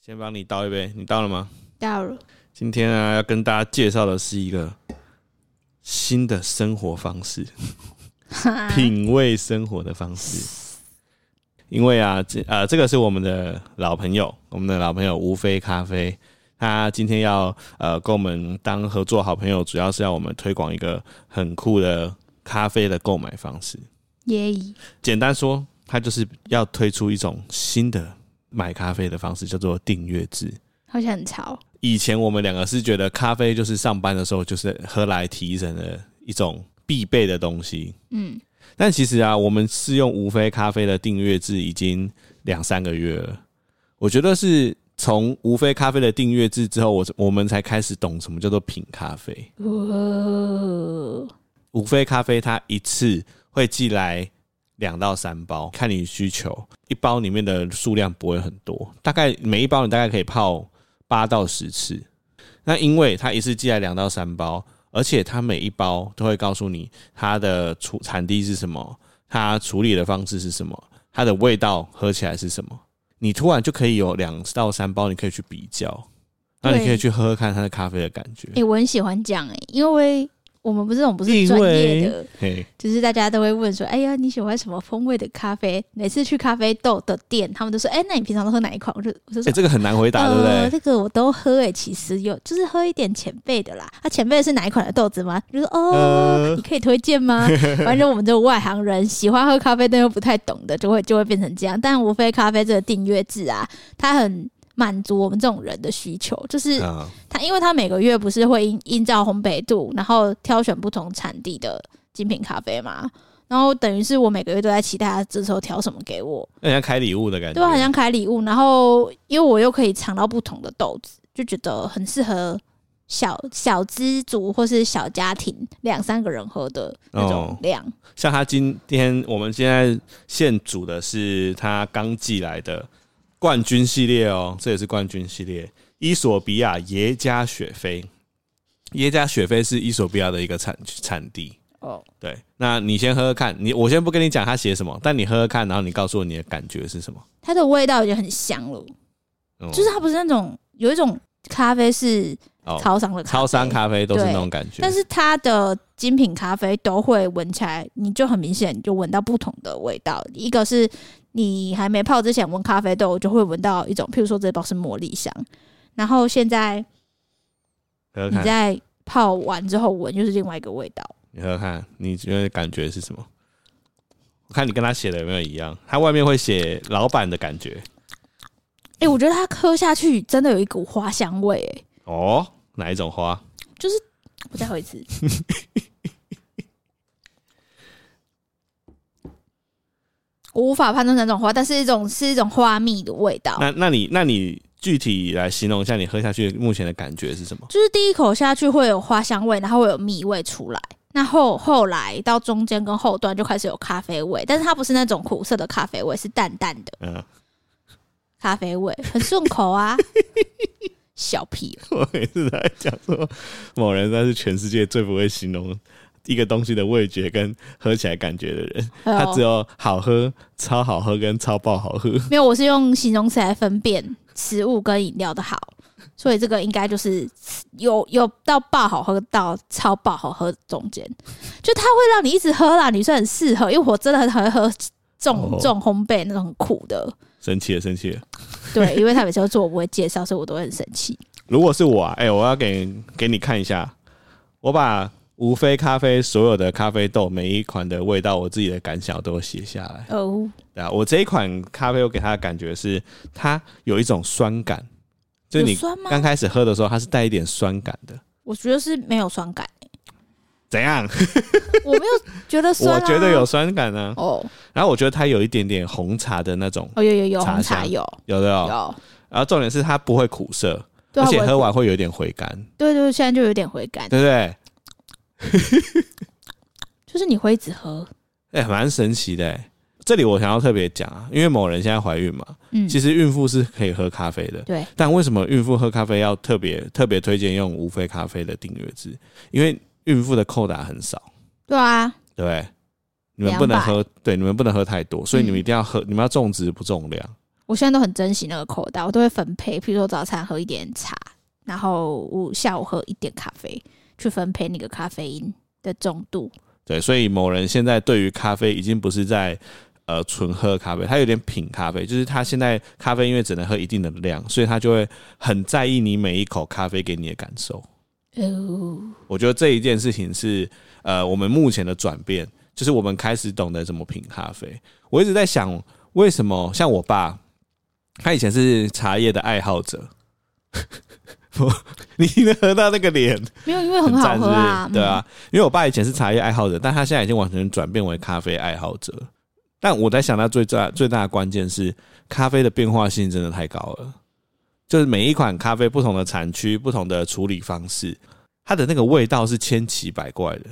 先帮你倒一杯，你倒了吗？到了，今天呢、要跟大家介绍的是一个新的生活方式，品味生活的方式。因为啊，这呃，这个是我们的老朋友，我们的老朋友无非咖啡，他今天要呃跟我们当合作好朋友，主要是要我们推广一个很酷的咖啡的购买方式。耶！简单说，他就是要推出一种新的买咖啡的方式，叫做订阅制。好像很潮，以前我们两个是觉得咖啡就是上班的时候就是喝来提神的一种必备的东西，嗯，但其实啊，我们试用无非咖啡的订阅制已经两三个月了。我觉得是从无非咖啡的订阅制之后，我我们才开始懂什么叫做品咖啡。哦，无非咖啡它一次会寄来两到三包，看你需求。一包里面的数量不会很多，大概每一包你大概可以泡八到十次。那因为它一次寄来两到三包，而且它每一包都会告诉你它的处产地是什么，它处理的方式是什么，它的味道喝起来是什么。你突然就可以有两到三包，你可以去比较，那你可以对去喝喝看它的咖啡的感觉。哎、我很喜欢这样哎、因为我们不是这种不是专业的，嘿，就是大家都会问说，哎呀，你喜欢什么风味的咖啡？每次去咖啡豆的店，他们都说，哎、那你平常都喝哪一款？我就我就哎、说。这个很难回答，对不对呃，？这个我都喝诶、其实有就是喝一点前辈的啦。啊，前辈是哪一款的豆子吗？就说哦，呃你可以推荐吗？ 反正我们这种外行人喜欢喝咖啡但又不太懂的，就会就会变成这样。但无非咖啡这个订阅制啊，它很满足我们这种人的需求，呃就是啊，它，因为它每个月不是会依依照烘焙度，然后挑选不同产地的精品咖啡嘛。然后等于是我每个月都在期待它这时候挑什么给我，那像开礼物的感觉，对啊，很像开礼物。然后因为我又可以尝到不同的豆子，就觉得很适合小小资族或是小家庭两三个人喝的那种哦量。像他今天我们现在现煮的是他刚寄来的冠军系列哦，这也是冠军系列，伊索比亚耶加雪菲。耶加雪菲是伊索比亚的一个产产地。哦，对，那你先喝喝看，你我先不跟你讲他写什么，但你喝喝看，然后你告诉我你的感觉是什么。它的味道已经很香了，嗯就是它不是那种有一种咖啡是哦超商的啡超商咖啡都是对那种感觉，但是它的精品咖啡都会闻起来，你就很明显你就闻到不同的味道。一个是你还没泡之前闻咖啡豆，就会闻到一种，譬如说这包是茉莉香，然后现在喝喝你看，在泡完之后闻又是另外一个味道。你喝喝看，你觉得感觉是什么？我看你跟他写的有没有一样，他外面会写老板的感觉哎、我觉得它喝下去真的有一股花香味、欸，哦，哪一种花？我再喝 一次，我无法判断哪种花，但是一种是一种花蜜的味道。那那你那你具体来形容一下你喝下去目前的感觉是什么？就是第一口下去会有花香味，然后会有蜜味出来。那后后来到中间跟后段就开始有咖啡味，但是它不是那种苦涩的咖啡味，是淡淡的嗯， 咖啡味，很顺口啊。小屁哦，我每次在讲说某人他是全世界最不会形容一个东西的味觉跟喝起来感觉的人，还他只有有好喝、超好喝跟超爆好喝。没有？我是用形容词来分辨食物跟饮料的好，所以这个应该就是有有到爆好喝到超爆好喝中间，就它会让你一直喝啦。女生很适合，因为我真的很 会喝重哦重烘焙那种很苦的。生气了，生气了！对，因为他每次都做我不会介绍，所以我都会很生 气。如果是我、啊，哎、我要给给你看一下，我把无非咖啡所有的咖啡豆每一款的味道，我自己的感想都写下来。哦，对啊，我这一款咖啡，我给它的感觉是它有一种酸感，就是有你酸吗刚开始喝的时候，它是带一点酸感的。我觉得是没有酸感，怎样？我没有觉得酸、我啊，觉得有酸感呢、哦，然后我觉得它有一点点红茶的那种，哦有有有茶红茶香有有的哦。有，然后重点是它不会苦涩，对而啊，且我喝完会有一点回甘，对对，现在就有点回甘，对不对？就是你会一直喝，哎、蛮神奇的、欸。这里我想要特别讲啊，因为某人现在怀孕嘛，嗯，其实孕妇是可以喝咖啡的，对，但为什么孕妇喝咖啡要特别特别推荐用无非咖啡的订阅制？因为孕妇的扣打很少，对啊，对不对？你们不能200喝，对，你们不能喝太多，所以你们嗯一定要喝，你们要重质不重量。我现在都很珍惜那个口袋，我都会分配，譬如说早餐喝一点茶，然后我下午喝一点咖啡，去分配那个咖啡因的重度。对，所以某人现在对于咖啡已经不是在呃纯喝咖啡，他有点品咖啡，就是他现在咖啡因为只能喝一定的量，所以他就会很在意你每一口咖啡给你的感受。哦，我觉得这一件事情是呃我们目前的转变，就是我们开始懂得怎么品咖啡。我一直在想，为什么像我爸，他以前是茶叶的爱好者。 我， 你能喝到那个脸，没有，因为很好赞喝啊是，不是对啊，因为我爸以前是茶叶爱好者，但他现在已经完全转变为咖啡爱好者。但我在想，他最大最大的关键是咖啡的变化性真的太高了，就是每一款咖啡不同的产区、不同的处理方式，它的那个味道是千奇百怪的。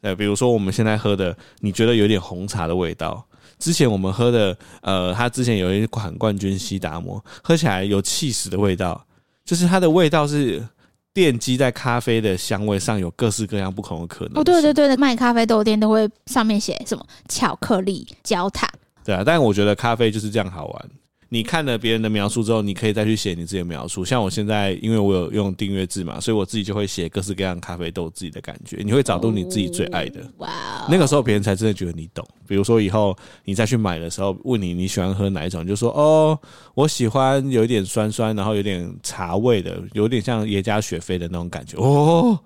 呃，比如说我们现在喝的，你觉得有点红茶的味道。之前我们喝的，呃，它之前有一款冠军西达摩，喝起来有气死的味道，就是它的味道是奠基在咖啡的香味上，有各式各样不同的可能嗯。哦，对对对，卖咖啡豆店都会上面写什么巧克力焦糖。对啊，但我觉得咖啡就是这样好玩。你看了别人的描述之后，你可以再去写你自己的描述。像我现在，因为我有用订阅制嘛，所以我自己就会写各式各样咖啡豆自己的感觉。你会找到你自己最爱的。哇哦，那个时候别人才真的觉得你懂。比如说以后你再去买的时候，问你你喜欢喝哪一种，你就说哦，我喜欢有一点酸酸，然后有点茶味的，有点像耶加雪菲的那种感觉。哦，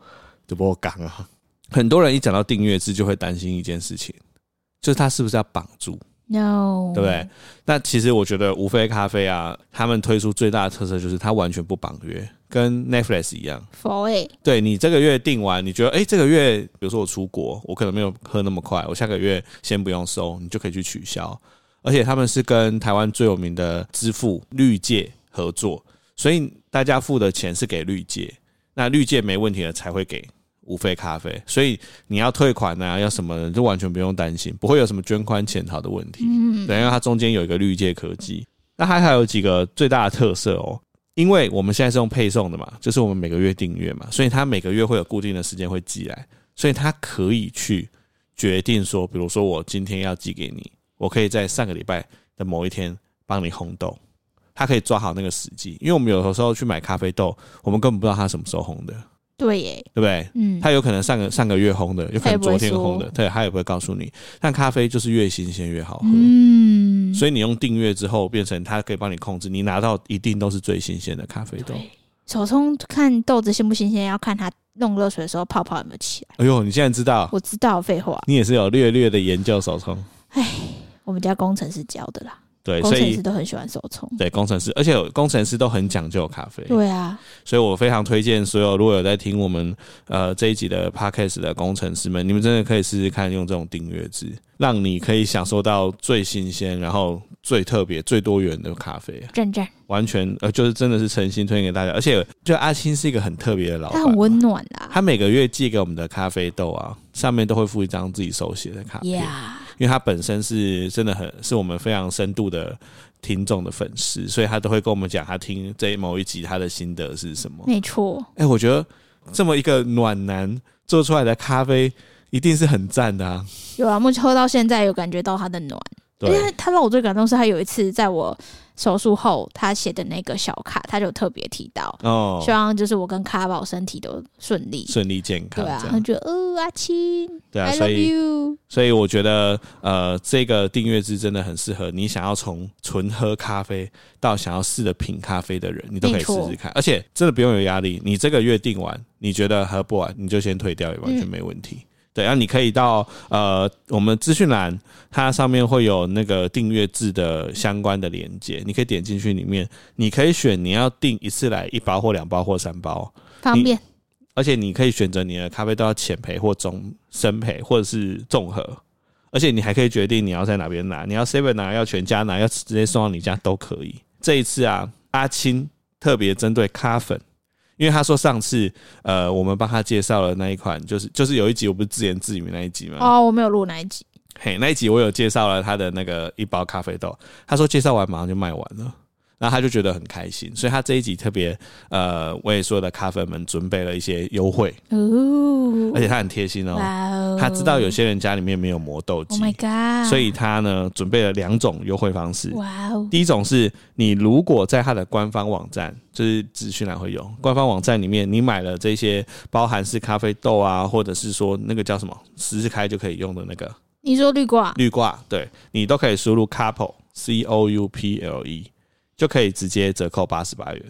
这不我讲啊！很多人一讲到订阅制，就会担心一件事情，就是他是不是要绑住， no，对不对？？那其实我觉得无非咖啡啊，他们推出最大的特色就是它完全不绑约，跟 Netflix 一样。佛诶、对你这个月订完，你觉得诶，这个月比如说我出国，我可能没有喝那么快，我下个月先不用收，你就可以去取消。而且他们是跟台湾最有名的支付绿界合作，所以大家付的钱是给绿界，那绿界没问题了才会给无费咖啡，所以你要退款啊，要什么的就完全不用担心，不会有什么捐款潜逃的问题。嗯，对，因为它中间有一个绿界科技。那它还有几个最大的特色哦，因为我们现在是用配送的嘛，就是我们每个月订阅嘛，所以它每个月会有固定的时间会寄来，所以它可以去决定说，比如说我今天要寄给你，我可以在上个礼拜的某一天帮你烘豆，它可以抓好那个时机，因为我们有的时候去买咖啡豆，我们根本不知道它什么时候烘的，对耶，对不对？嗯，它有可能上个上个月烘的，有可能昨天烘它也不会的说，对，它也不会告诉你。但咖啡就是越新鲜越好喝，嗯，所以你用订阅之后，变成它可以帮你控制，你拿到一定都是最新鲜的咖啡豆。对手冲看豆子新不新鲜，要看它弄热水的时候泡泡有没有起来。哎呦，你现在知道，我知道，废话，你也是有略略的研究手冲，我们家工程师教的啦，对，工所程师以都很喜欢手冲。对工程师，而且工程师都很讲究咖啡，对啊，所以我非常推荐所有如果有在听我们呃这一集的 podcast 的工程师们，你们真的可以试试看用这种订阅制，让你可以享受到最新鲜，然后最特别、最多元的咖啡，赞赞，完全呃就是真的是诚心推荐给大家。而且就阿青是一个很特别的老板它，很温暖啊啦。他每个月寄给我们的咖啡豆啊，上面都会附一张自己手写的卡片呀，因为他本身是真的很是我们非常深度的听众的粉丝，所以他都会跟我们讲他听这某一集他的心得是什么。没错，哎、我觉得这么一个暖男做出来的咖啡一定是很赞的啊！有啊，目前喝到现在有感觉到它的暖。因为对他让我最感动是，他有一次在我手术后，他写的那个小卡，他就特别提到，哦希，望就是我跟卡宝身体都顺利。顺利健康对啊这，他样觉得呃阿青对啊， ，I 所 love 以 you。所以我觉得，呃，这个订阅制真的很适合你想要从纯喝咖啡到想要试着品咖啡的人，你都可以试试看。而且真的不用有压力，你这个月订完，你觉得喝不完，你就先退掉，也完全没问题。对，然后你可以到呃我们资讯栏，它上面会有那个订阅制的相关的连接，你可以点进去里面，你可以选你要订一次来一包或两包或三包，方便，而且你可以选择你的咖啡豆要浅焙或中深焙，或者是综合。而且你还可以决定你要在哪边拿，你要 seven 拿，要全家拿，要直接送到你家都可以。这一次啊，阿青特别针对咖粉，因为他说上次呃，我们帮他介绍了那一款，就是就是有一集我不是自言自语那一集嘛，哦，我没有录那一集，嘿，那一集我有介绍了他的那个一包咖啡豆，他说介绍完马上就卖完了。然后他就觉得很开心，所以他这一集特别呃为所有的咖粉们准备了一些优惠，哦而，且他很贴心哦，哇哦，他知道有些人家里面没有磨豆机，Oh my god，所以他呢准备了两种优惠方式。哇哦，第一种是你如果在他的官方网站，就是资讯栏会有官方网站里面，你买了这些包含是咖啡豆啊，或者是说那个叫什么十字开就可以用的那个你说绿挂绿挂，对你都可以输入 couple c o u p l e，就可以直接折扣八十八元。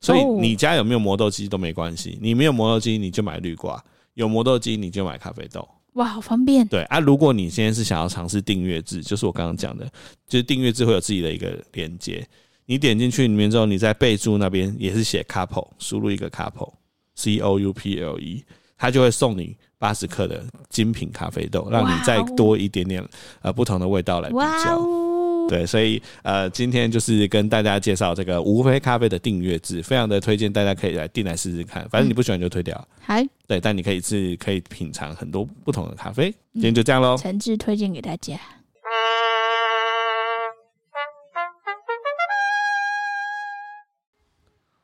所以哦你家有没有磨豆机都没关系，你没有磨豆机你就买绿挂，有磨豆机你就买咖啡豆。哇，好方便，对啊，如果你现在是想要尝试订阅制，就是我刚刚讲的，就是订阅制会有自己的一个连接，你点进去里面之后，你在备注那边也是写 couple，输入一个 couple c o u p l e，它就会送你八十克的精品咖啡豆，让你哇哦再多一点点呃不同的味道来比哇较。哦，对，所以呃，今天就是跟大家介绍这个无非咖啡的订阅制，非常的推荐大家可以来订来试试看，反正嗯你不喜欢就退掉。还对，但你可以是可以品尝很多不同的咖啡。今嗯天就这样喽。诚挚推荐给大家。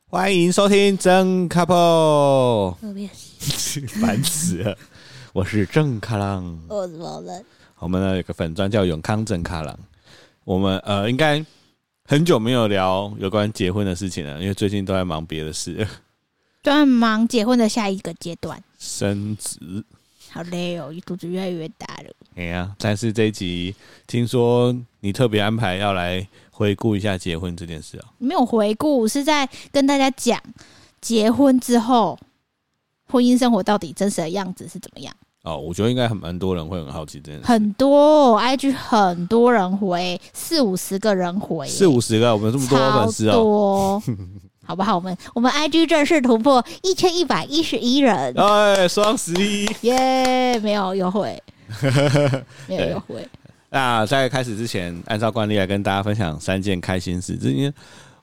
欢迎收听真 couple，特别是 烦死了！我是郑卡郎，我老了，我们呢有个粉专叫永康郑卡郎。我们呃应该很久没有聊有关结婚的事情了，因为最近都在忙别的事， 专忙结婚的下一个阶段，升职。好累哦，肚子越来越大了。哎呀，但是这一集听说你特别安排要来回顾一下结婚这件事啊、没有回顾，是在跟大家讲结婚之后婚姻生活到底真实的样子是怎么样。哦，我觉得应该很蛮多人会很好奇这件事。很多、哦、IG 很多人回，四五十个人回，四五十个，我们这么多粉丝超哦、 多好不好？我们我们 IG 正式突破一千一百一十一人，哎，双十一。耶、没有 优惠，没有优惠，那在开始之前，按照惯例来跟大家分享三件开心事。这因为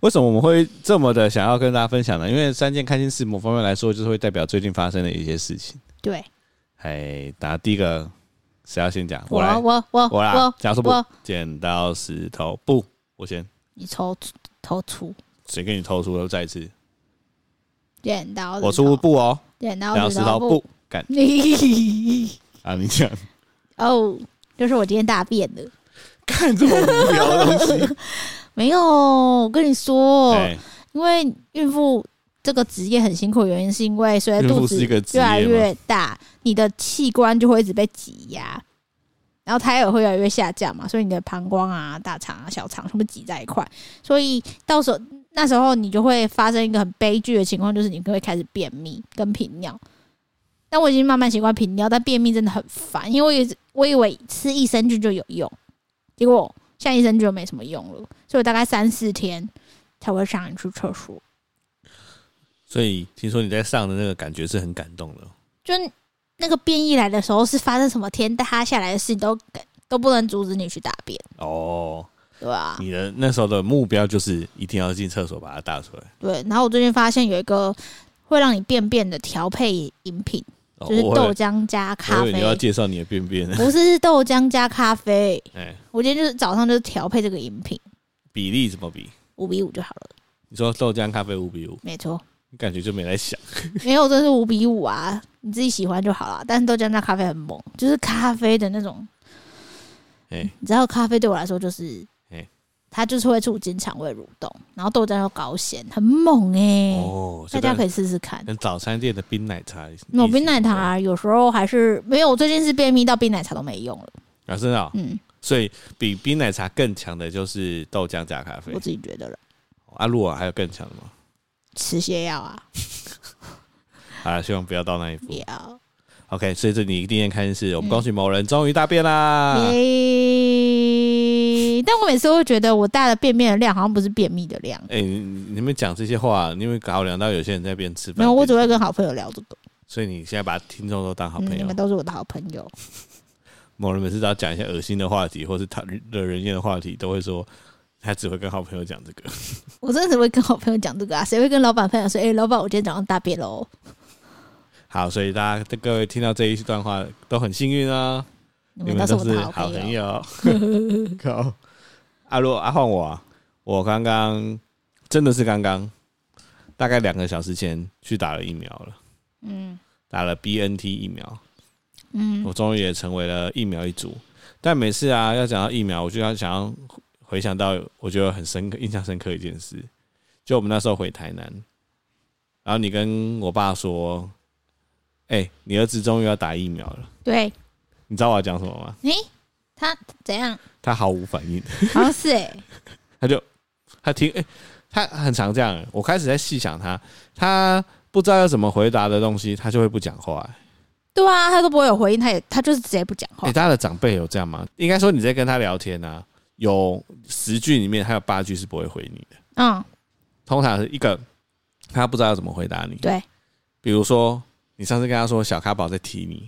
为什么我们会这么的想要跟大家分享呢？因为三件开心事，某方面来说，就是会代表最近发生的一些事情。对哎，打第一个，谁要先讲？我来，我我我啦。假如说我不，剪刀石头布，我先，你抽抽出谁给你投出了？再一次，剪刀，我出布哦，剪剪刀刀石石头头布布， 干啊！你讲，哦，就是我今天大便的。看这么无聊的东 西。没有，我跟你说，哎，因为孕妇这个职业很辛苦，原因是因为随着孕肚妇是子一个职业越来吗越大，你的器官就会一直被挤压，然后胎儿会越来越下降嘛，所以你的膀胱啊、大肠啊、小肠全部挤在一块，所以到时候那时候你就会发生一个很悲剧的情况，就是你会开始便秘跟频尿。但我已经慢慢习惯频尿，但便秘真的很烦，因为我一直我以为吃益生菌就有用，结果现在益生菌就没什么用了，所以我大概三四天才会上一次厕所。所以听说你在上的那个感觉是很感动的。就那个变异来的时候，是发生什么天塌下来的事，你都都不能阻止你去大便，哦，对啊吧、你的那时候的目标就是一定要进厕所把它大出来。对。然后我最近发现有一个会让你便便的调配饮品，哦就是我以豆为浆加咖我以为你要啡，介绍你的便 便，不是是豆浆加咖啡。哎，我今天就是早上就是调配这个饮品，比例怎么比？五比五就好了，你说豆浆咖啡五比五，没错。你感觉就没在想。没有，这是五比五啊，你自己喜欢就好了。但是豆浆加咖啡很猛，就是咖啡的那种。哎，你知道咖啡对我来说就是嘿，它就是会促进肠胃蠕动，然后豆浆又高咸，很猛哎、哦，大家可以以试试看。跟早餐店的冰奶茶一起，哦那我冰奶茶有时候还是没有，我最近是便秘到冰奶茶都没用了。啊，真的哦，嗯，所以比冰奶茶更强的就是豆浆加咖啡我。自己觉得了，阿如果还有更强的吗？吃泻药啊，啊，希望不要到那一步也。嗯要 OK，所以这你一定要看是，我们恭喜某人终于大便啦！耶。但我每次会觉得我大的便便的量好像不是便秘的量，哎，你你们讲这些话，你们考量到有些人在边吃饭，没有，我只会跟好朋友聊这个。所以你现在把听众都当好朋嗯，你友们。都是我的好朋友。 某人每次只要讲一些恶心的话题，或是他惹人厌的话题，都会说他只会跟好朋友讲这个。 我真的只会跟好朋友讲这个啊，谁会跟老板分享说，哎、老板，我今天早上大便喽？好，所以大家各位听到这一段话都很幸运啊，你你们都是都我是的好好朋朋 友。啊友。靠，阿若阿换我啊，我刚刚真的是刚刚，大概两个小时前去打了疫苗了，嗯打了 BNT 疫苗，嗯我终于也成为了疫苗一族。但每次啊，要讲到疫苗，我就要想要回想到我觉得很深刻、印象深刻一件事，就我们那时候回台南，然后你跟我爸说：“哎、你儿子终于要打疫苗了。对，”你知道我要讲什么吗？诶、他怎样？ 他毫无反应， 好像是哎、他就他听，哎、他很常这样。我开始在细想他，他不知道要怎么回答的东西，他就会不讲话、对啊，他都不会有回应，他也他就是直接不讲话哎、。大家的长辈有这样吗？应该说你在跟他聊天啊，有十句里面还有八句是不会回你的。嗯，通常是一个他不知道要怎么回答你，对，比如说你上次跟他说小咖宝在提你，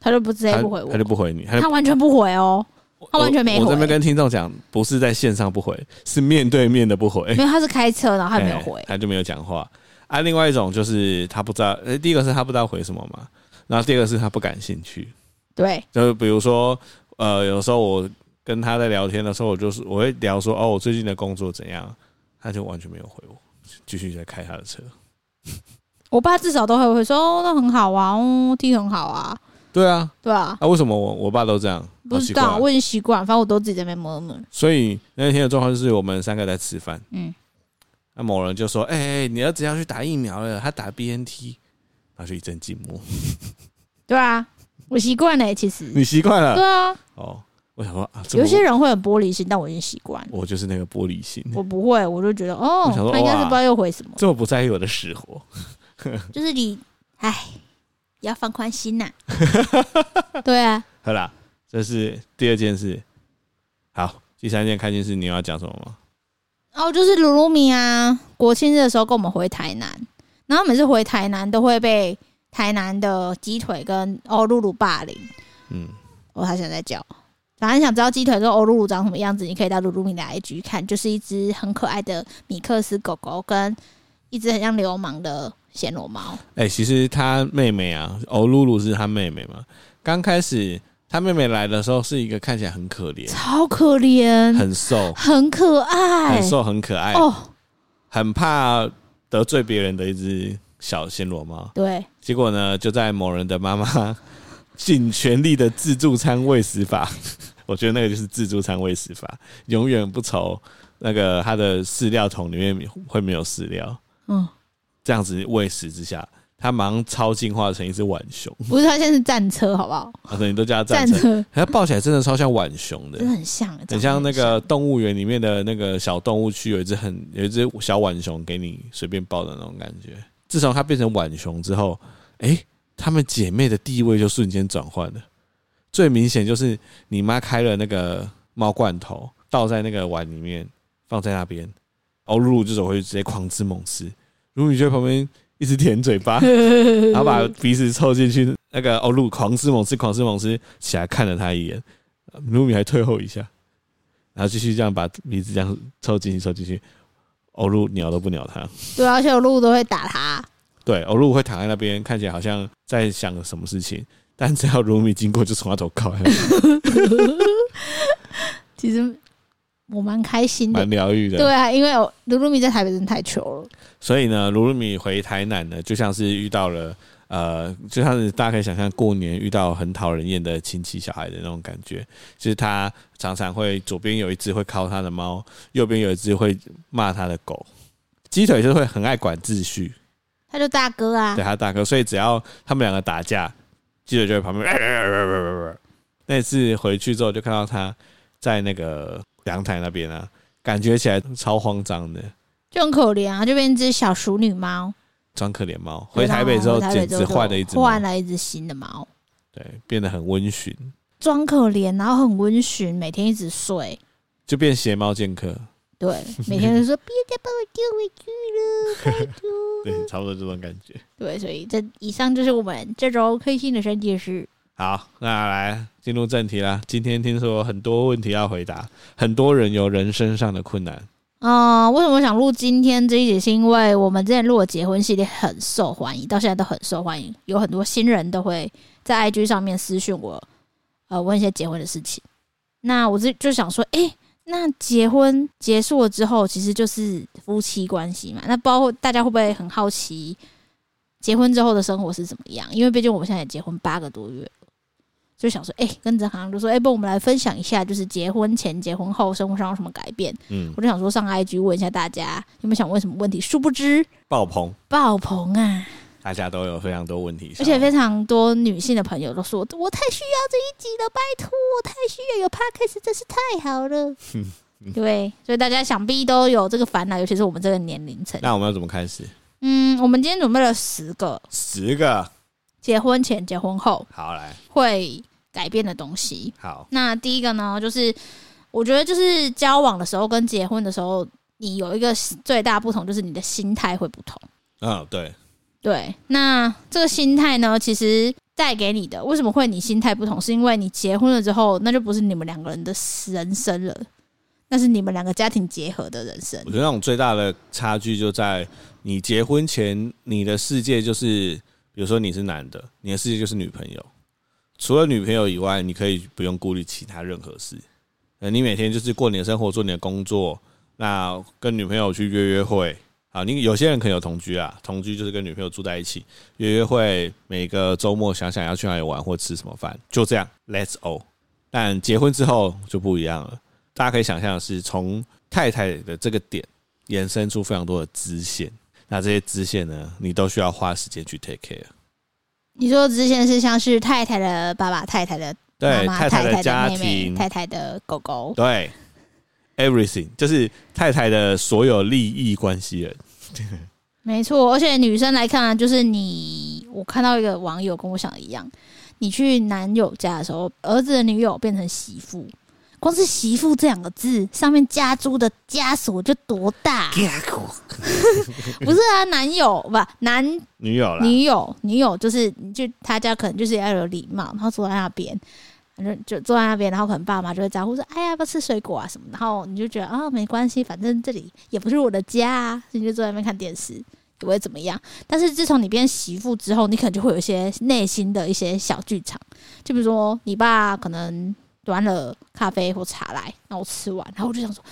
他就不直接他不回我他，就不回你，他他就完全不回哦，他完全没我我这回边跟听众讲，不是在线上不回，是面对面的不回，因为他是开车，然后他也没有回哎哎。他就没有讲话。啊，另外一种就是他不知道，呃，第一个是他不知道回什么嘛，然后第二个是他不感兴趣，对，就是比如说，呃，有时候我跟他在聊天的时候，我就是我会聊说，哦，我最近的工作怎样，他就完全没有回我，继续在开他的车。我爸至少都会回说哦，那很好啊，哦，听很好啊，对啊，对啊，啊，为什么我我爸都这样？不好知奇怪啊道，我已经习惯，反正我都自己在那边摸摸。所以那天的状况就是我们三个在吃饭，嗯，那某人就说：“哎、哎、你儿子要去打疫苗了，他打 BNT。”然后就一阵静默。对啊，我习惯了，其实。你习惯 了对啊，哦？我想说啊，这么有些人会很玻璃心，但我已经习惯了。我就是那个玻璃心，我不会，我就觉得哦我想，说他应该是哇不知道又回什么，这么不在意我的死活。就是你，哎，要放宽心 呐、对啊，好啦，这是第二件事。好，第三件开心事，你要讲什么吗？哦，就是鲁鲁米啊，国庆日的时候跟我们回台南，然后每次回台南都会被台南的鸡腿跟欧露露霸凌。嗯，哦，他现在叫。反正想知道鸡腿跟欧露露长什么样子，你可以到鲁鲁米的 IG 看，就是一只很可爱的米克斯狗狗跟一只很像流氓的暹罗猫。哎、其实他妹妹啊，欧露露是他妹妹嘛。刚开始他妹妹来的时候，是一个看起来很可怜、超可怜，很瘦、很可爱很，瘦、很可爱、哦，很怕得罪别人的一只小暹罗猫。对，结果呢，就在某人的妈妈 尽全力的自助餐喂食法， 我觉得那个就是自助餐喂食法，永远不愁那个它的饲料桶里面会没有饲料，嗯，这样子喂食之下，它马上超进化成一只浣熊，不是他现在是战车，好不好？啊，对你都叫它战战车，车它抱起来真的超像浣熊的真。的很像，欸长得很像那个动物园里面的那个小动物区，有一只很有一只小浣熊给你随便抱的那种感觉。自从它变成浣熊之后，诶，她们姐妹的地位就瞬间转换了。最明显就是你妈开了那个猫罐头，倒在那个碗里面，放在那边，哦然后露露这时候会直接狂吃猛吃，如露就在旁边一直舔嘴 巴，然后把鼻子凑进去，那个欧露狂吃猛吃，狂吃猛吃，起来看了他一眼，卢米还退后一下，然后继续这样把鼻子这样凑进去，凑进去，欧露鸟都不鸟他。对啊，而且我露露都会打他，对，欧露会躺在那边，看起来好像在想什么事情，但只要卢米经过，就从他头靠下去，其实我蛮开心的蛮。疗愈对的。啊，因为我鲁鲁米在台北真的太糗了，所以呢，卢米回台南呢，就像是遇到了。呃，就像是大家可以想象，过年遇到很讨人厌的亲戚小孩的那种感觉，就是他常常会左边有一只会靠他的猫，右边有一只会骂他的狗。鸡腿就会很爱管秩序，他就大哥啊对，他大哥，所以只要他们两个打架，记者就在旁边。那次回去之后，就看到他在那个阳台那边啊，感觉起来超慌张的，就很可怜啊，就变成一只小熟女猫。装可怜猫。回台北之后，然后回简台北直就换了一只猫，换了一只新的猫，对，变得很温驯，装可怜，然后很温驯，每天一直睡。就变邪猫剑客， 对，每天都说别再把我丢回去了，拜 托。对，差不多这种感觉。对，所以这以上就是我们这周开心的三件事。好，那来进入正题啦。今天听说很多问题要回答，很多人有人身上的困难，嗯、为什么想录今天这一集？是因为我们之前录的结婚系列很受欢迎，到现在都很受欢迎，有很多新人都会在 IG 上面私讯我，呃，问一些结婚的事情。那我就就想说，诶，那结婚结束了之后，其实就是夫妻关系嘛。那包括大家会不会很好奇，结婚之后的生活是怎么样？因为毕竟我们现在也结婚八个多月了，就想说，哎、跟着行就说，哎、不，我们来分享一下，就是结婚前、结婚后生活上有什么改变。嗯，我就想说，上 IG 问一下大家有没有想问什么问题，殊不知爆棚，爆棚啊！大家都有非常多问题想而要，且非常多女性的朋友都说，我太需要这一集了，拜托，我太需要有 podcast，真是太好了。对，所以大家想必都有这个烦恼，尤其是我们这个年龄层。那我们要怎么开始？嗯，我们今天准备了十个十个，结婚前、结婚后好来，会改变的东西。好，那第一个呢，就是我觉得就是交往的时候跟结婚的时候，你有一个最大不同，就是你的心态会不同。嗯，对，对，那这个心态呢，其实带给你的为什么会你心态不同，是因为你结婚了之后，那就不是你们两个人的人生了，那是你们两个家庭结合的人生我。觉得那种最大的差距就在你结婚前，你的世界就是，比如说你是男的，你的世界就是女朋友。除了女朋友以外，你可以不用顾虑其他任何事。呃，你每天就是过你的生活，做你的工作，那跟女朋友去约约会。啊，你有些人可能有同居啊，同居就是跟女朋友住在一起，约约会，每个周末想想要去哪里玩或吃什么饭，就这样，Let's all。但结婚之后就不一样了，大家可以想象的是从太太的这个点延伸出非常多的支线。那这些支线呢，你都需要花时间去 take care。你说之前是像是太太的爸爸、太太的妈对，妈、太太的家的妹庭，妹、太太的狗狗，对，everything 就是太太的所有利益关系人。没错。而且女生来看、啊，就是你，我看到一个网友跟我想的一样，你去男友家的时候，儿子的女友变成媳妇。光是“媳妇”这两个字上面加注的枷锁就多大、不是啊，男友不男女友啦，女友女友就是你就他家可能就是要有礼貌，然后坐在那边，反正就坐在那边，然后可能爸妈就会招呼说：“哎呀，要不要吃水果啊什么。”然后你就觉得啊、没关系，反正这里也不是我的家、啊，所以你就坐在那边看电视，也不会怎么样。但是自从你变媳妇之后，你可能就会有一些内心的一些小剧场，就比如说你爸可能端了咖啡或茶来，然后我吃完，然后我就想说。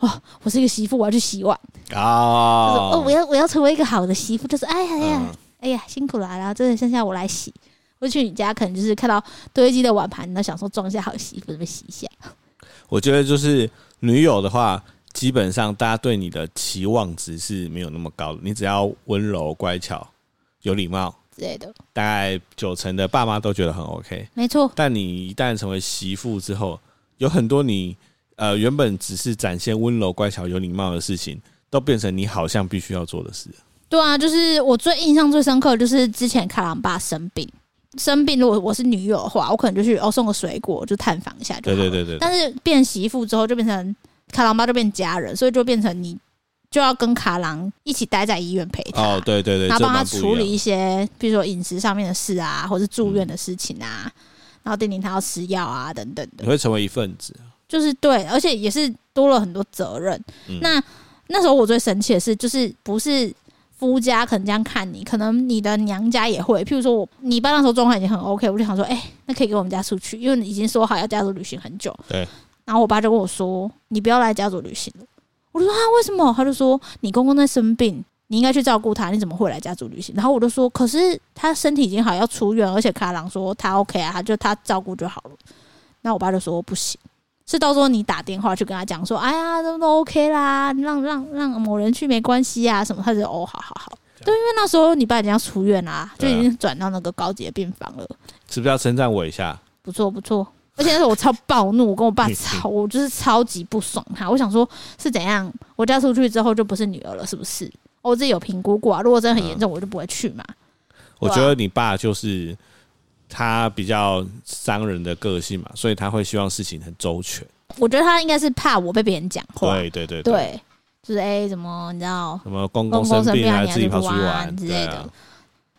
哦，我是一个媳妇，我要去洗碗。就是哦，哦，我要我要成为一个好的媳妇，就是哎呀哎呀，嗯哎呀，辛苦了啊，然后真的剩下我来洗。我去你家，可能就是看到堆积的碗盘，那想说装一下好洗衣服，这边洗一下。我觉得就是女友的话，基本上大家对你的期望值是没有那么高的，你只要温柔、乖巧、有礼貌，之类的。大概九成的爸妈都觉得很 OK。没错，但你一旦成为媳妇之后，有很多你呃原本只是展现温柔、乖巧、有礼貌的事情，都变成你好像必须要做的事。对啊，就是我最印象最深刻的就是之前卡朗爸生病，生病如果我是女友的话，我可能就去哦送个水果，就探访一下就对好了。对对对对，啊但是变媳妇之后，就变成卡朗爸就变家人，所以就变成你就要跟卡朗一起待在医院陪他。哦，对对对，然后这帮他蛮不一样处理一些，比如说饮食上面的事啊，或是住院的事情啊，嗯然后叮咛他要吃药啊等等你的，会成为一份子。就是对，而且也是多了很多责任。嗯那那时候我最生气的是，就是不是夫家可能这样看你，可能你的娘家也会。譬如说我，你爸那时候状况已经很 OK，我就想说，哎、那可以跟我们家出去，因为你已经说好要家族旅行很久。对。然后我爸就跟我说：“你不要来家族旅行了。”我就说：“啊，为什么？”他就说：“你公公在生病，你应该去照顾他，你怎么会来家族旅行？”然后我就说：“可是他身体已经好，要出院，而且卡郎说他 OK 啊，他就他照顾就好了。”那我爸就说：“不行。”是到时候你打电话去跟他讲说，哎呀，都都 OK 啦，让让让某人去没关系啊，什么？他就哦，好好好，对，因为那时候你爸已经要出院啦、就对啊已经转到那个高级的病房了。是不是要称赞我一下？不错不错。而且那时候我超暴怒，我跟我爸吵，我就是超级不爽他。我想说，是怎样？我嫁出去之后就不是女儿了，是不是？哦我自己有评估过、啊，如果真的很严重，我就不会去嘛。啊我觉得你爸就是他比较商人的个性嘛，所以他会希望事情很周全。我觉得他应该是怕我被别人讲话，对对对对，，就是哎、怎么你知道？什么公公生生病啊啊，你还自己是跑不出去玩玩之对类啊的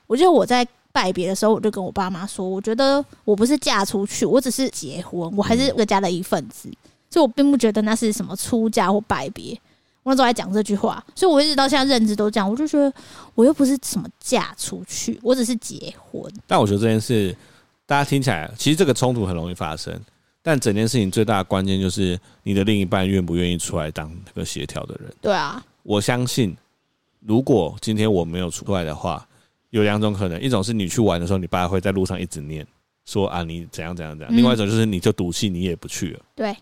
我记得我在拜别的时候，我就跟我爸妈说，我觉得我不是嫁出去，我只是结婚，我还嗯是这个家的一份子，所以我并不觉得那是什么出嫁或拜别。我那时候还讲这句话，所以我一直到现在认知都这样，我就觉得我又不是什么嫁出去，我只是结婚。但我觉得这件事，大家听起来其实这个冲突很容易发生，但整件事情最大的关键就是你的另一半愿不愿意出来当那个协调的人。对啊，我相信，如果今天我没有出来的话，有两种可能：一种是你去玩的时候，你爸会在路上一直念说啊你怎样怎样怎样；嗯另外一种就是你就赌气，你也不去了。对，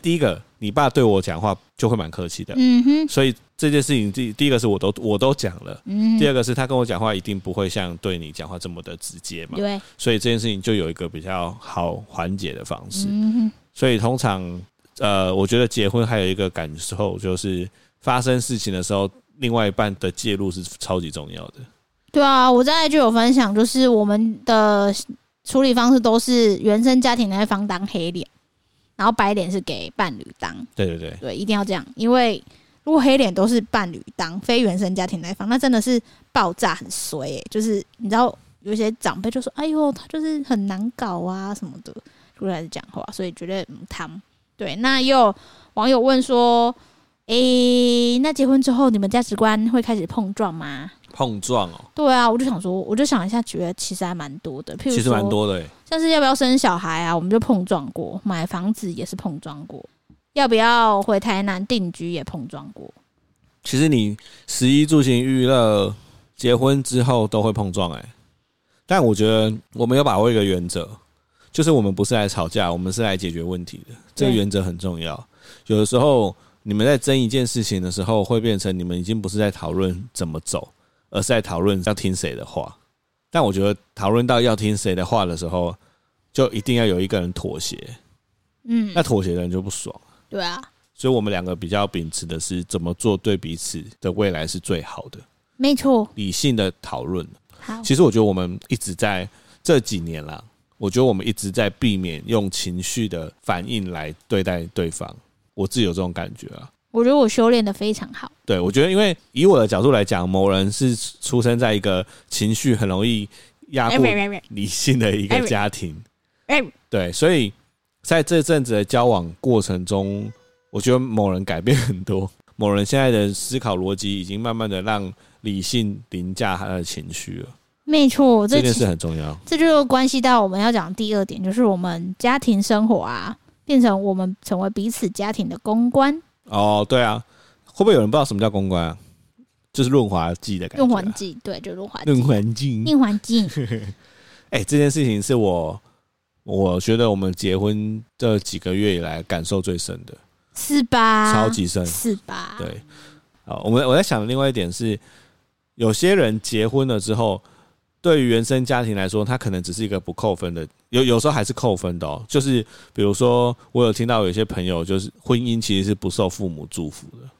第一个，你爸对我讲话就会蛮客气的，嗯哼，所以这件事情第第一个是我都我都讲了，嗯第，二个是他跟我讲话一定不会像对你讲话这么的直接嘛，对，所以这件事情就有一个比较好缓解的方式。嗯哼，所以通常，呃，我觉得结婚还有一个感受就是，发生事情的时候，另外一半的介入是超级重要的。对啊，我在就有分享，就是我们的处理方式都是原生家庭那一方当黑脸，然后白脸是给伴侣当，对对对，对，一定要这样，因为如果黑脸都是伴侣当，非原生家庭那一方，那真的是爆炸很衰、欸，就是你知道有些长辈就说：“哎呦，他就是很难搞啊什么的。”就开始讲话，所以觉得嗯，他对。那也有网友问说：“诶、那结婚之后你们价值观会开始碰撞吗碰撞哦，？”对啊，我就想说，我就想一下，觉得其实还蛮多的，譬如其实蛮说多的欸。像是要不要生小孩啊，我们就碰撞过；买房子也是碰撞过；要不要回台南定居也碰撞过。其实你十一住行娱乐结婚之后都会碰撞哎、但我觉得我们有把握一个原则，就是我们不是来吵架，我们是来解决问题的。这个对原则很重要。有的时候你们在争一件事情的时候，会变成你们已经不是在讨论怎么走，而是在讨论要听谁的话。但我觉得讨论到要听谁的话的时候，就一定要有一个人妥协，嗯那，妥协的人就不爽。对啊，所以我们两个比较秉持的是怎么做对彼此的未来是最好的，没错。理性的讨论。好，其实我觉得我们一直在这几年啦，我觉得我们一直在避免用情绪的反应来对待对方。我自己有这种感觉啊。我觉得我修炼的非常好。对，我觉得因为以我的角度来讲，某人是出生在一个情绪很容易压哎迫喂喂喂理性的一个家庭，哎，对，所以在这阵子的交往过程中，我觉得某人改变很多，某人现在的思考逻辑已经慢慢的让理性凌驾他的情绪了，没错，这这件其事很重要。这就关系到我们要讲的第二点，就是我们家庭生活啊，变成我们成为彼此家庭的公关哦，对啊，会不会有人不知道什么叫公关啊？就是润滑剂的感觉啊、润滑剂，对，就润滑润剂，滑剂，润滑剂。 哎、这件事情是我我觉得我们结婚这几个月以来感受最深的，是吧？超级深，是吧？对，好，我们我在想的另外一点是，有些人结婚了之后，对于原生家庭来说，他可能只是一个不扣分的，有有时候还是扣分的哦。就是比如说，我有听到有些朋友就是婚姻其实是不受父母祝福的，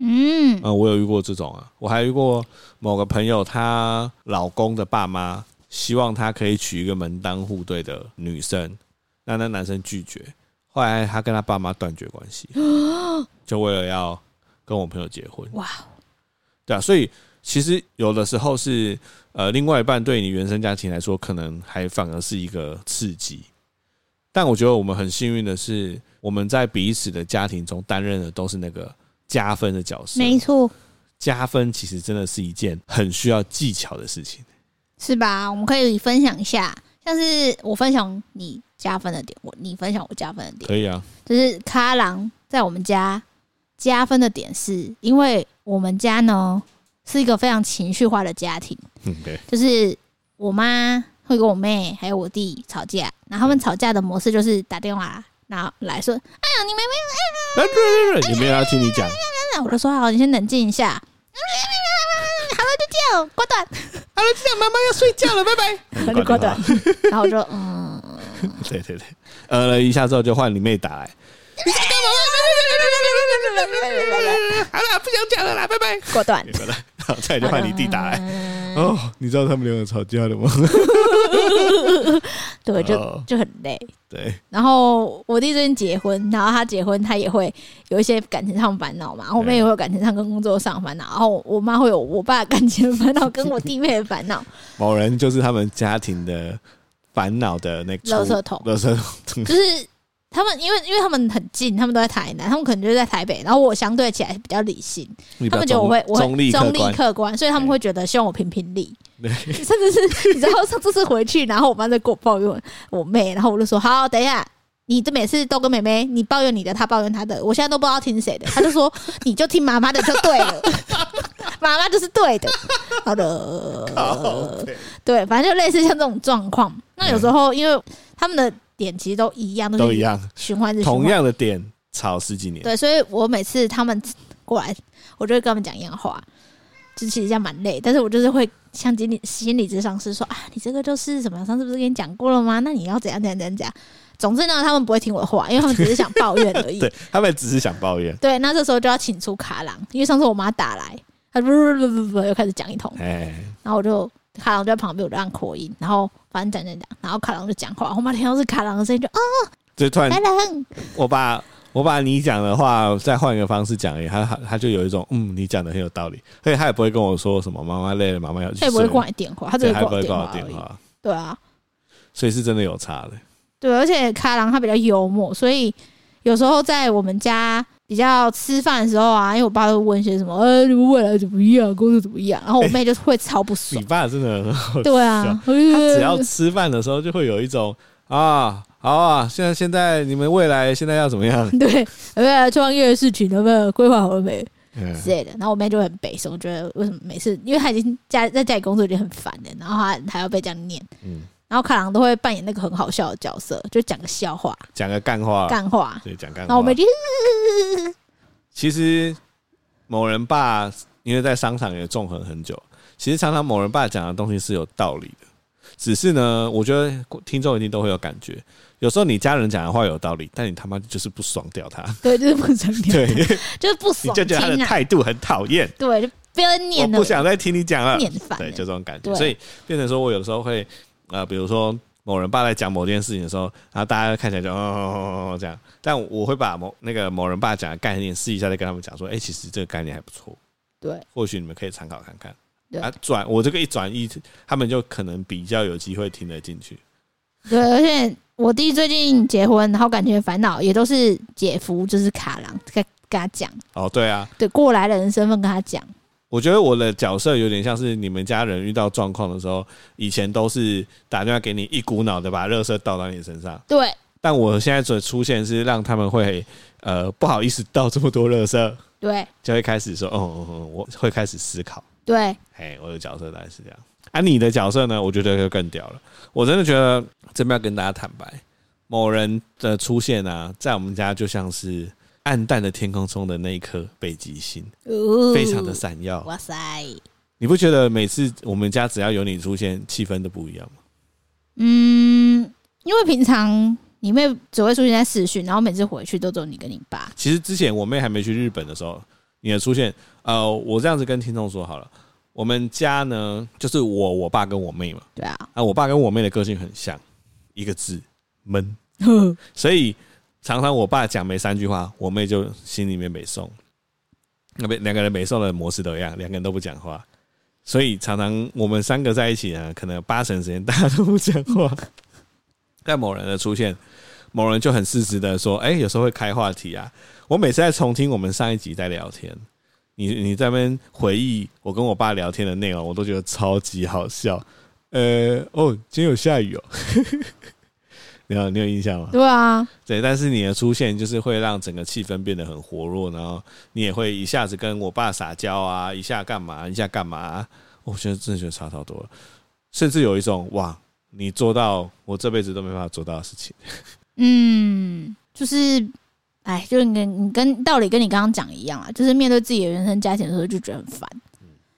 嗯，嗯，我有遇过这种啊，我还遇过某个朋友，她老公的爸妈希望她可以娶一个门当户对的女生，那那男生拒绝，后来她跟她爸妈断绝关系，就为了要跟我朋友结婚。哇，对啊，所以其实有的时候是呃，另外一半对你原生家庭来说，可能还反而是一个刺激。但我觉得我们很幸运的是，我们在彼此的家庭中担任的都是那个加分的角色。没错，加分其实真的是一件很需要技巧的事情。是吧？我们可以分享一下，像是我分享你加分的点，我你分享我加分的点，可以啊，就是卡郎在我们家加分的点是，因为我们家呢是一个非常情绪化的家庭，嗯，对，就是我妈会跟我妹还有我弟吵架，然后他们吵架的模式就是打电话。然后来说，哎呀，你妹妹那对对对，有没有要听你讲？在哪，我就说好，你先冷静一下。 好了，就这样，挂 断。好了，这样妈妈要睡觉了，拜拜。然后就挂断。然后我就嗯，对对对，呃了一下之后就换你妹打来。好了，不想讲了啦，拜拜。 挂断。过来，好，再就换你弟打来。哦，你知道他们两个吵架了吗？对，就哦就很累。 对，然后我弟最近结婚，然后他结婚，他也会有一些感情上烦恼嘛，我妹也会有感情上跟工作上烦恼，然后我妈会有我爸的感情的烦恼跟我弟妹的烦恼，某人就是他们家庭的烦恼的那个垃圾桶垃圾 桶。就是他们因为因为他们很近，他们都在台南，他们可能就是在台北，然后我相对起来比较理性，他们觉得我会我会中立客中立观，客观，所以他们会觉得希望我评评理， 甚至是你知道上次是回去，然后我妈在给我抱怨我妹，然后我就说好，等一下你这每次都跟妹妹，你抱怨你的，她抱怨她的，我现在都不知道听谁的。她就说你就听妈妈的就对 了，妈妈就是对的。好的，对，哦对，反正就类似像这种状况。那有时候因为他们的点其实都一样，都是一样，循环着循同环。样的点吵十几年，对，所以我每次他们过来，我就会跟他们讲一样话，就其实这样蛮累，但是我就是会像心理心理咨商师说啊，你这个就是什么，上次不是跟你讲过了吗？那你要怎样怎样怎样怎样。总之呢，他们不会听我的话，因为他们只是想抱怨而 已。对他们只是想抱怨，对，那这时候就要请出卡郎，因为上次我妈打来，她不不不不不又开始讲一通，哎，然后我就卡郎就在旁边，我就按扩音，然后反正讲讲讲，然后卡郎就讲话，我妈听到是卡郎的声音就啊，就突然卡郎，我把我把你讲的话再换一个方式讲而已，他他他就有一种嗯，你讲的很有道理，所以他也不会跟我说什么妈妈累了，妈妈要去睡她也不会挂了，你电话，她只对，会他也挂不会电挂话我而电已。话，对啊，所以是真的有差的。对，而且卡郎他比较幽默，所以有时候在我们家比较吃饭的时候啊，因为我爸都会问一些什么，呃，你们未来怎么样，工作怎么样，然后我妹就会超不 爽你。爸真的很好笑，对啊，他他只要吃饭的时候就会有一种啊，好啊，现在现在你们未来现在要怎么样？ 对，有没有创业的事情，有没有规划好了没嗯，之类的？然后我妹就很北宋，觉得为什么每次，因为她已经家在家里工作已经很烦了，然后她还要被这样念。嗯然后卡郎都会扮演那个很好笑的角色，就讲个笑话、讲个干话，干话，对，讲干然后我话妹。就 其实某人爸因为在商场也纵横很久，其实常常某人爸讲的东西是有道理的，只是呢，我觉得听众一定都会有感觉，有时候你家人讲的话有道理，但你他妈就是不爽掉他，对，就是不想 听，对，就是不你爽就听觉得 他的啊，态度很讨厌，对，就不要我念了不，想再听你讲了，念烦对，就这了，种感觉，对所以变成说我有时候会呃，比如说。某人爸在讲某件事情的时候，然后大家看起来就哦哦哦哦哦这样，但我会把某那个某人爸讲的概念试一下，再跟他们讲说，哎、其实这个概念还不错，对或许你们可以参考看看。对啊，转我这个一转移，他们就可能比较有机会听得进去。对，而且我弟最近结婚，然后感情烦恼也都是姐夫，就是卡郎跟跟他讲，哦，对啊，对过来人的身份跟他讲，我觉得我的角色有点像是你们家人遇到状况的时候，以前都是打电话给你，一股脑的把热色倒到你身上，对但我现在所出现是让他们会呃不好意思倒这么多热色，对就会开始说，哦哦哦，我会开始思考。对，哎，我的角色大概是这样。啊，你的角色呢？我觉得就更屌了。我真的觉得这边要跟大家坦白，某人的出现啊，在我们家就像是暗淡的天空中的那一颗北极星，哦非常的闪耀。哇塞，你不觉得每次我们家只要有你出现，气氛都不一样吗？嗯，因为平常你妹只会出现在视讯，然后每次回去都只有你跟你爸，其实之前我妹还没去日本的时候，你的出现，呃，我这样子跟听众说好了，我们家呢就是我、我爸跟我妹嘛。对啊，啊，我爸跟我妹的个性很像，一个字闷。所以常常我爸讲没三句话，我妹就心里面没送。那边两个人没送的模式都一样，两个人都不讲话，所以常常我们三个在一起啊呢，可能有八成时间大家都不讲话。 但某人的出现，某人就很适时的说：“哎、有时候会开话题啊。”我每次在重听我们上一集在聊天，你你在那边回忆我跟我爸聊天的内容，我都觉得超级好笑。呃，哦，今天有下雨哦， 你有你有印象吗？对啊，对，但是你的出现就是会让整个气氛变得很活络，然后你也会一下子跟我爸撒娇啊，一下干嘛，一下干嘛、哦我觉得真的觉得差超多了，甚至有一种哇，你做到我这辈子都没办法做到的事情。嗯，就是，哎，就是你跟你跟道理跟你刚刚讲的一样啊，就是面对自己的原生家庭的时候就觉得很烦。嗯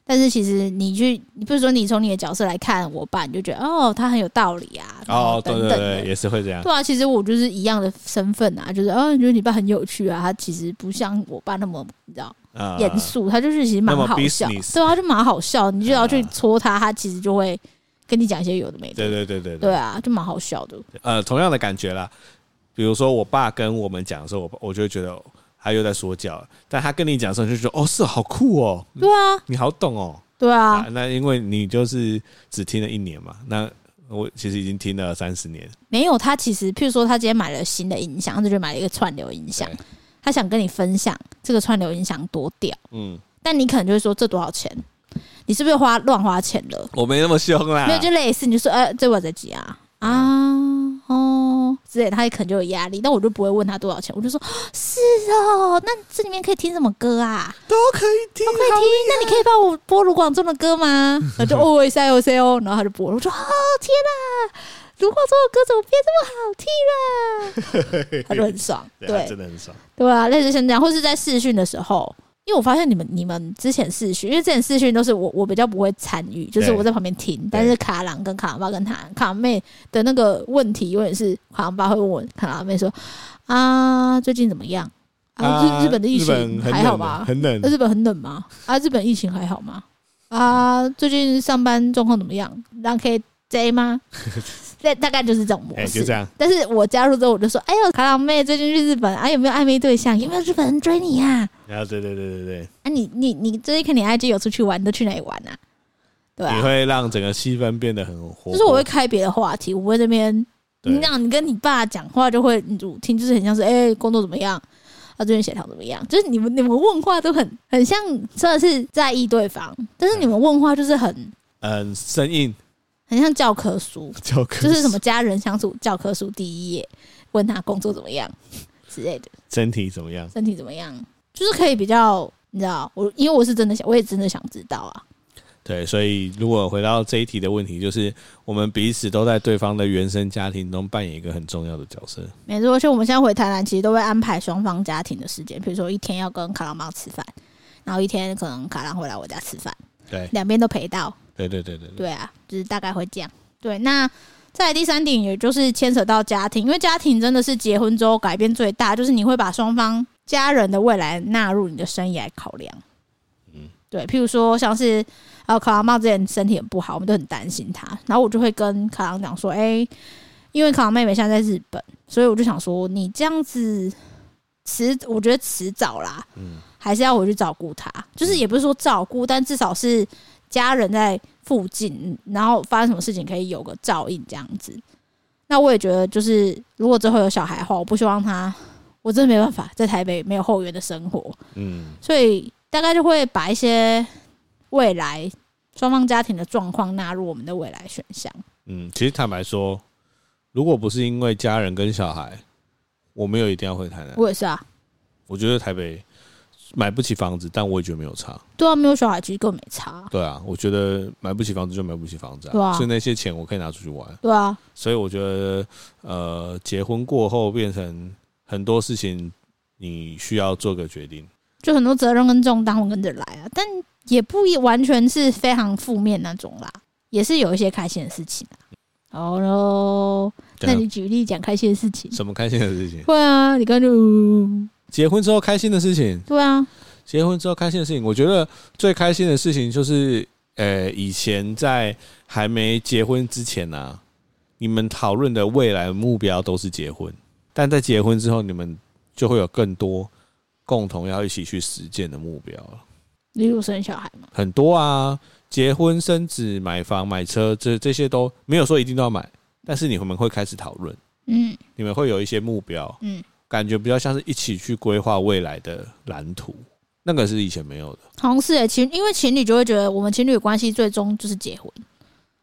但是其实你去，你比如说你从你的角色来看我爸，你就觉得哦，他很有道理啊，然后哦，对等对等的对，也是会这样。对啊，其实我就是一样的身份啊，就是哦，你觉得你爸很有趣啊，他其实不像我爸那么你知道啊、严肃，他就是其实蛮那么好笑， business 对啊，他就蛮好笑，你就要去啊戳他，他其实就会跟你讲一些有的没的，对对对对对啊，就蛮好笑的，呃，同样的感觉啦。比如说我爸跟我们讲的时候，我我就会觉得哦他又在说教了，但他跟你讲的时候，你就觉得哦，是好酷哦，对啊，你好懂哦。对啊，啊，那因为你就是只听了一年嘛，那我其实已经听了三十年，没有，他其实，譬如说，他今天买了新的音响，他就去买了一个串流音响对，他想跟你分享这个串流音响多屌，嗯，但你可能就会说这多少钱？你是不是花乱花钱了？我没那么凶啦，没有，就类似，你就说，呃，这我在几啊？啊，哦，哦之类的，他也可能就有压力。但我就不会问他多少钱，我就说是哦，那这里面可以听什么歌啊？都可以听，可以听，那你可以帮我播卢广仲的歌吗？然后就哦喂塞哦塞哦，然后他就播了，我说哦天啊，卢广仲的歌怎么变啊这么好听啊了、他就很爽， 对对他真的很爽。对啊，类似像这样，或是在试训的时候，因为我发现你们你们之前试训，因为之前试训都是我我比较不会参与，就是对我在旁边听，但是卡郎跟卡郎爸跟卡卡郎妹的那个问题，永远是卡郎爸会问我卡郎妹说啊最近怎么样啊日日本的疫日本情很冷还好吧？很冷那，日本很冷吗？啊日本疫情还好吗？啊最近上班状况怎么样？让 K J 吗？ 大大概就是这种模哎，式，就这样。但是我加入之后，我就说：“哎呦，卡朗妹最近去日本啊，有没有暧昧对象？有没有日本人追你啊？然后对对对对对，啊你，你你最近看你 IG 有出去玩，都去哪里玩啊？对你啊，会让整个气氛变得很活泼。就是我会开别的话题，我不会这边对你讲，你跟你爸讲话就会你主听就是很像是哎、工作怎么样，啊最近协调怎么样，就是你们你们问话都很 很像真的是在意对方，但是你们问话就是很嗯生硬很像教科书，教科就是什么家人相处教科书第一页，问他工作怎么样之类的。”身体怎么样？身体怎么样，就是可以比较，你知道，我因为我是真的想，我也真的想知道啊。对，所以如果回到这一题的问题，就是我们彼此都在对方的原生家庭中扮演一个很重要的角色。没错，而且我们现在回台南，其实都会安排双方家庭的时间，比如说一天要跟卡郎妈吃饭，然后一天可能卡郎会来我家吃饭，对，两边都陪到。对对对对对，对啊，就是大概会这样。对，那再来第三点，也就是牵扯到家庭，因为家庭真的是结婚之后改变最大，就是你会把双方家人的未来纳入你的生意来考量。嗯嗯，对，譬如说像是呃卡郎妈之前身体很不好，我们都很担心她，然后我就会跟卡郎讲说，哎、因为卡郎妹妹现在在日本，所以我就想说，你这样子迟，我觉得迟早啦，嗯，还是要回去照顾她，就是也不是说照顾，但至少是家人在附近，然后发生什么事情可以有个照应这样子。那我也觉得，就是如果之后有小孩的话，我不希望他，我真的没办法在台北没有后援的生活，嗯，所以大概就会把一些未来双方家庭的状况纳入我们的未来选项。嗯，其实坦白说，如果不是因为家人跟小孩，我没有一定要回台南。我也是啊，我觉得台北买不起房子，但我也觉得没有差。对啊，没有小孩其实根本没差啊，对啊，我觉得买不起房子就买不起房子、对啊所以那些钱我可以拿出去玩。对啊，所以我觉得，呃，结婚过后变成很多事情，你需要做个决定。就很多责任跟重担会跟着来啊，但也不一完全是非常负面那种啦，也是有一些开心的事情啊。好喽，那你举例讲开心的事情。什么开心的事情？会啊，你刚就结婚之后开心的事情，对啊，结婚之后开心的事情，我觉得最开心的事情就是，呃，以前在还没结婚之前呢、啊，你们讨论的未来目标都是结婚，但在结婚之后，你们就会有更多共同要一起去实践的目标了。例如生小孩嘛，很多啊，结婚、生子、买房、买车，这这些都没有说一定都要买，但是你们会开始讨论，嗯你们会有一些目标，嗯，感觉比较像是一起去规划未来的蓝图，那个是以前没有的。好像是诶、欸情因为情侣就会觉得我们情侣关系最终就是结婚，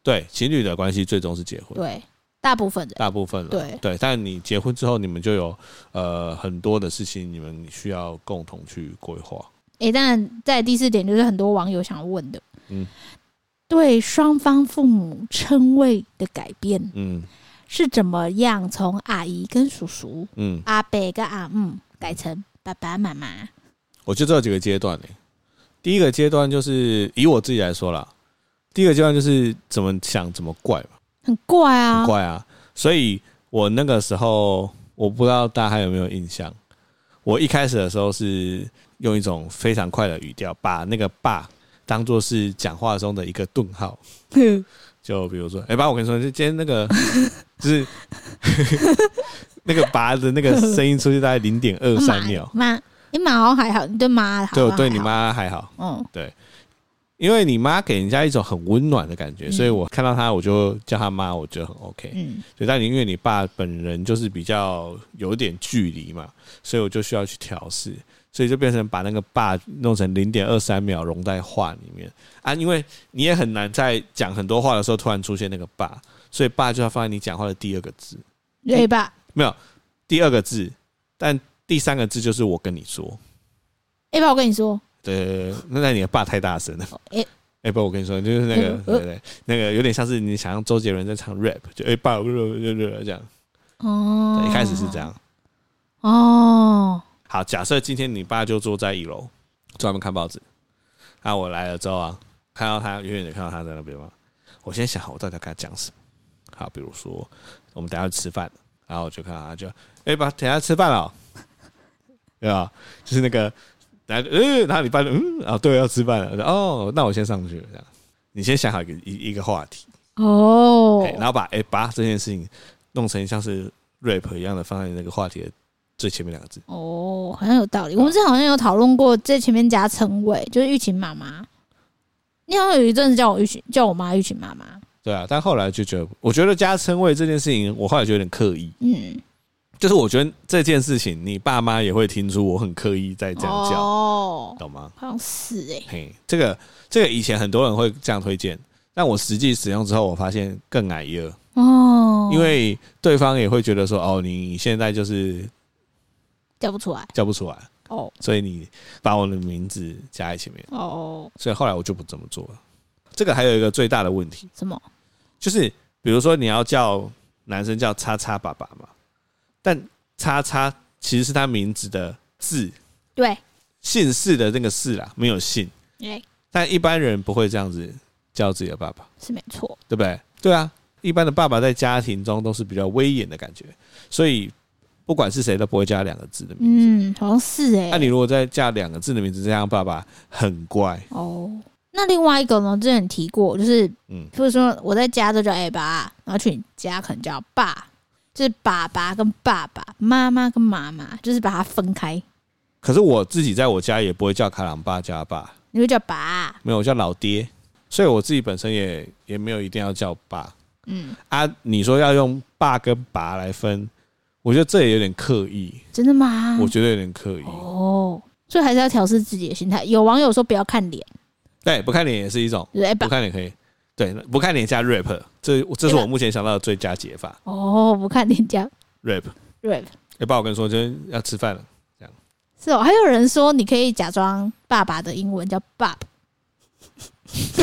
对，情侣的关系最终是结婚，对，大部分人大部分了。对对，但你结婚之后，你们就有呃很多的事情，你们需要共同去规划。诶、但在第四点就是很多网友想要问的，嗯对双方父母称谓的改变嗯是怎么样从阿姨跟叔叔、嗯，阿伯跟阿姆改成爸爸妈妈？我觉得这有几个阶段呢、第一个阶段就是以我自己来说啦，第一个阶段就是怎么想怎么怪嘛，很怪啊很，怪啊。所以我那个时候，我不知道大家还有没有印象，我一开始的时候是用一种非常快的语调，把那个“爸”当做是讲话中的一个顿号。就比如说，哎、爸，我跟你说，就今天那个 就是那个拔的那个声音出去大概零点二三秒，妈，妈你妈好像还好，你对妈好，对我对你，妈还好，嗯，因为你妈给人家一种很温暖的感觉，嗯所以我看到她我就叫她妈，我觉得很 OK。嗯。对，但因为你爸本人就是比较有点距离嘛，所以我就需要去调试，所以就变成把那个爸弄成零点二三秒融在话里面啊，因为你也很难在讲很多话的时候突然出现那个爸，所以爸就要放在你讲话的第二个字，对吧？没有第二个字，但第三个字就是我跟你说，哎、爸，我跟你说，对，那那你的爸太大声了。 哎哎、不，我跟你说，就是 那个，对对对，那个有点像是你想象周杰伦在唱 rap，就哎、爸，不不不不不这样，哦对，一开始是这样。哦，好，假设今天你爸就坐在一楼，专门看报纸。那我来了之后啊，看到他远远的看到他在那边嘛，我先想好我到底要跟他讲什么。好，比如说我们等一下去吃饭，然后我就看到他就，哎、爸，等一下吃饭了哦， 对吧？就是那个，然后嗯，然后你爸就嗯，啊，对，要吃饭了，我说哦，那我先上去了，这样。你先想好一个一一个话题，哦哎，然后把哎、把这件事情弄成像是 rap 一样的放在那个话题的最前面两个字。哦，好像有道理。我们之前好像有讨论过，在前面加称谓，就是玉琴妈妈。你好像有一阵子叫我玉琴，叫我妈玉琴妈妈。对啊，但后来就觉得，我觉得加称谓这件事情，我后来觉得有点刻意。嗯，就是我觉得这件事情，你爸妈也会听出我很刻意在这样叫，哦，懂吗？好像是哎、嘿，这个这个以前很多人会这样推荐，但我实际使用之后，我发现更矮了，哦，因为对方也会觉得说，哦，你现在就是叫不出来。叫不出来，哦所以你把我的名字加在前面，哦，所以后来我就不这么做了。这个还有一个最大的问题，什么？就是比如说你要叫男生叫叉叉爸爸嘛，但叉叉其实是他名字的字，对，姓氏的那个氏啦，没有姓。哎、但一般人不会这样子叫自己的爸爸，是没错。对不对？对啊，一般的爸爸在家庭中都是比较威严的感觉，所以不管是谁都不会加两个字的名。嗯，好像是哎、那、你如果再加两个字的名字，这样爸爸很怪，哦，那另外一个呢？之前提过，就是嗯，比如说我在家就叫哎爸，然后去你家可能叫爸，就是爸爸跟爸爸，妈妈跟妈妈，就是把它分开。可是我自己在我家也不会叫卡朗爸加爸，你会叫爸，没有我叫老爹，所以我自己本身也也没有一定要叫爸。嗯，啊，你说要用爸跟爸来分，我觉得这也有点刻意，真的吗？我觉得有点刻意。嗯哦，所以还是要调试自己的心态。有网友说不要看脸，对，不看脸也是一种，就是哎不爸，哎看脸可以，对，不看脸加 rap，这这是对吧我目前想到的最佳解法。哦，不看脸加 rap， rap。哎，爸，我跟你说，今天要吃 饭了，是哦，还有人说你可以假装爸爸的英文叫 Bob，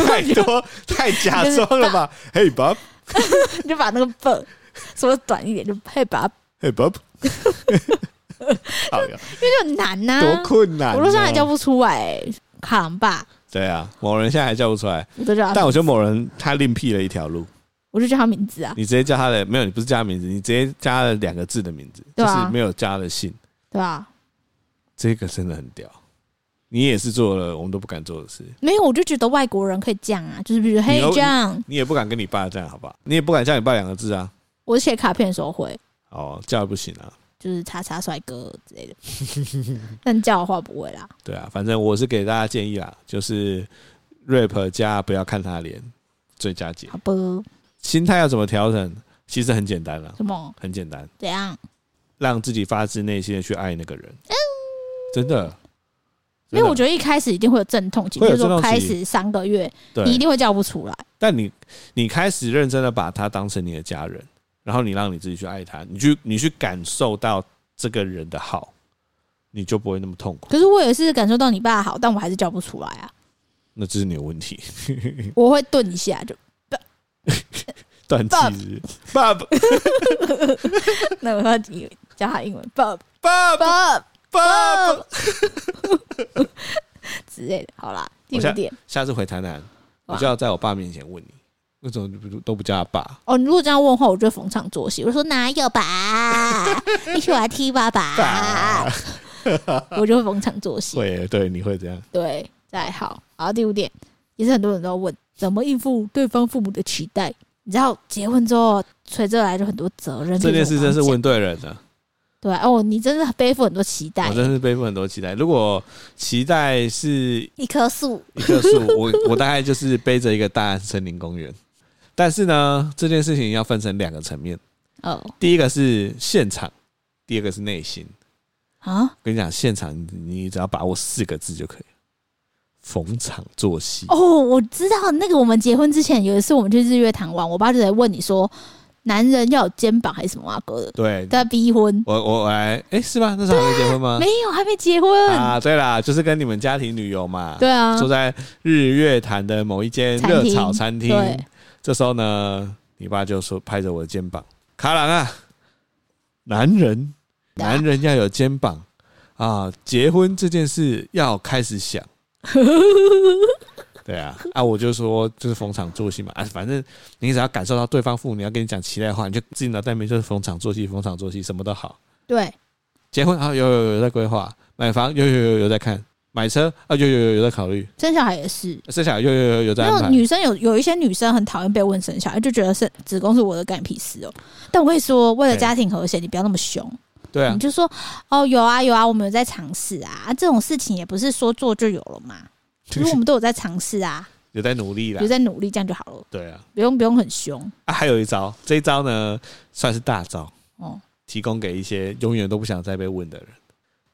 太多太假装了 吧？嘿 Bob， 你就把那个 b 说短一点，就嘿爸，嘿 Bob，好呀，这就很难呐、多困难、啊！我路上还叫不出来、欸卡郎爸，对啊，某人现在还叫不出来，我都叫但他，我觉得某人他另辟了一条路。我就叫他名字啊，你直接叫他的没有，你不是叫他名字，你直接加了两个字的名字，对啊就是没有加他的姓，对吧、这个真的很屌。你也是做了我们都不敢做的事，没有，我就觉得外国人可以这样啊，就是比你如嘿有这样，你也不敢跟你爸这样，好不好？你也不敢叫你爸两个字啊，我写卡片的时候会，哦，叫也不行啊，就是叉叉帅哥之 类的，但叫的话不会啦。对啊，反正我是给大家建议啦，就是 rap 加不要看他脸，最佳解好。不，心态要怎么调整？其实很简单啦，什么很简单，怎样？让自己发自内心的去爱那个人，真的。嗯因为我觉觉得一开始一定会有阵痛期，会就有是阵痛说期开始三个月，得你一定会叫不出来。但你你开始认真的把他当成你的家人，然后你让你自己去爱他，你去你去感受到这个人的好，你就不会那么痛苦。可是我也是感受到你爸好，但我还是叫不出来啊，那这是你的问题， 我会顿一下就 断气爸是爸爸那我要叫他英文 Bob 爸爸 Bob 爸爸。 之类的。好啦，第我五想点下次回台南，哇我就要在我爸面前问你，为什么不都不叫他爸？哦，你如果这样问的话，我就会逢场作戏，我说哪 有吧，你喜欢踢爸爸，我就会逢场作戏。会对，你会这样。对，再好，好，第五点也是很多人都要问，怎么应付对方父母的期待？你知道结婚之后，随之而来就很多责任。这件比事如说真是我刚问对人了，刚讲对哦，你真的背负很多期待我，真是背负很多期待。如果期待是一棵树，一棵树，我 我大概就是背着一个大安森林公园。但是呢，这件事情要分成两个层面，哦第一个是现场，第二个是内心。啊，跟你讲，现场你你只要把握四个字就可以了，逢场作戏。哦哦，我知道那个，我们结婚之前有一次我们去日月潭玩，我爸就在问你说，男人要有肩膀还是什么啊哥的，对，他逼婚，我我我来，哎、是吗？那时候还没结婚吗没？有还没结婚，啊，对啦，就是跟你们家庭旅游嘛，对啊，住在日月潭的某一间餐热厅炒餐厅。对这时候呢，你爸就说拍着我的肩膀：“卡朗啊，男人，对啊男人要有肩膀啊，结婚这件事要开始 想。”对啊，啊，我就说就是逢场作戏嘛，啊，反正你只要感受到对方父母要跟你讲期待的话，你就自己脑袋里面就是逢场作戏，逢场作戏，什么都好。对，结婚啊，有有有有在规划，买房有有有有在看，买车啊，有有有有在考虑，生小孩也是。生啊小孩有有有有在没安有排。女生有有一些女生很讨厌被问生小孩，就觉得是子宫是我的干你屁事哦。但我跟你说，为了对家庭和谐，你不要那么凶。对啊你，就说哦，有啊有啊，我们有在尝试啊，啊这种事情也不是说做就有了 嘛，就是我们都有在尝试啊，有在努力啦有。在努力，这样就好了，对啊，不用不用很凶啊，还有一招，这一招呢算是大招，哦。提供给一些永远都不想再被问的人，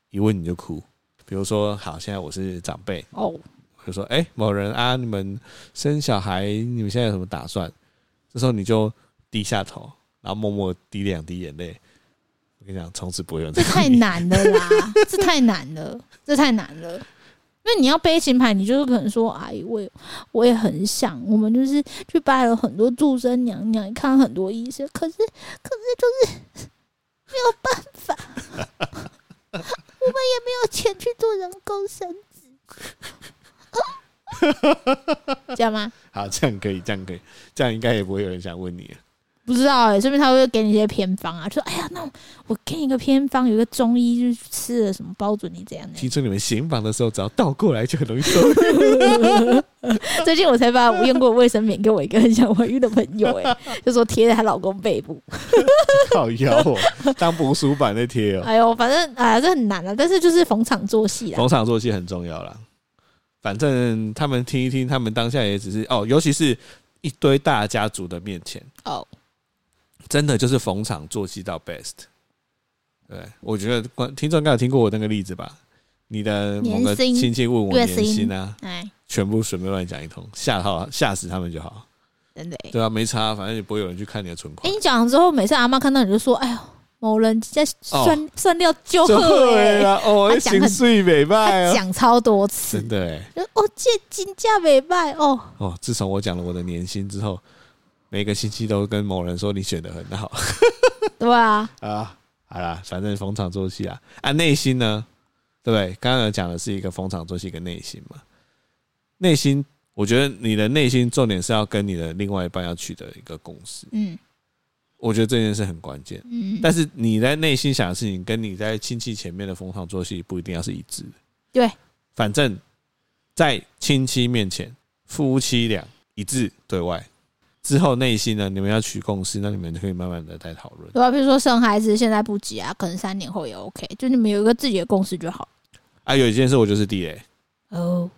一问你就哭。比如说，好，现在我是长辈，哦，就说：“哎、某人啊，你们生小孩，你们现在有什么打算？”这时候你就低下头，然后默默滴两滴眼泪。我跟你讲，从此不会有人 这再太问你难了啦， 这太难了，这太难了。因为你要背琴牌，你就是可能说：“哎，我也我也很想，我们就是去拜了很多祝生娘娘，看很多医生，可是可是就是没有办法，我们也没有钱去做人工生殖，这样吗？好，这样可以，这样可以，这样应该也不会有人想问你了。不知道哎、欸，说明他会给你一些偏方啊，就说：哎呀，那我我给你一个偏方，有一个中医就是吃了什么包准你怎样的。”听说你们行房的时候，只要倒过来就很容易受孕。 最近我才把我用过的卫生棉给我一个很想怀孕的朋友、 哎，就说贴在她老公背部。靠腰哦，当捕鼠板在贴哦。哎呦，反正哎呀，这很难啊，但是就是逢场作戏啦。逢场作戏很重要啦。反正他们听一听，他们当下也只是哦，尤其是一堆大家族的面前，哦，真的就是逢场作戏到 best。对，我觉得观听众应该有听过我那个例子吧？你的某个年薪亲戚问我月年薪啊，哎，全部随便乱讲一通，吓好吓死他们就好。真的、欸。对啊，没差，反正也不会有人去看你的存哎、款。你讲了之后，每次阿妈看到你就说：“哎呦，某人在算、算料就哦就喝会哎。啦，哦，他讲很心碎美”败他哦，讲超多次真，的哎，就哦，这金价没卖 哦，哦，自从我讲了我的年薪之后，每个星期都跟某人说你选的很好对啊，啊，好啦，反正逢场作戏啊，啊，内心呢，对不对？刚刚有讲的是一个逢场作戏跟内心嘛，内心，我觉得你的内心重点是要跟你的另外一半要取得一个共识，嗯我觉得这件事很关键。嗯，但是你在内心想的事情，跟你在亲戚前面的逢场作戏不一定要是一致的。对，反正，在亲戚面前，夫妻俩一致对外，之后内心呢，你们要取共识，那你们就可以慢慢的再讨论。对啊，比如说生孩子现在不急啊，可能三年后也 OK，就你们有一个自己的共识就好啊，有一件事我就是地雷，哦，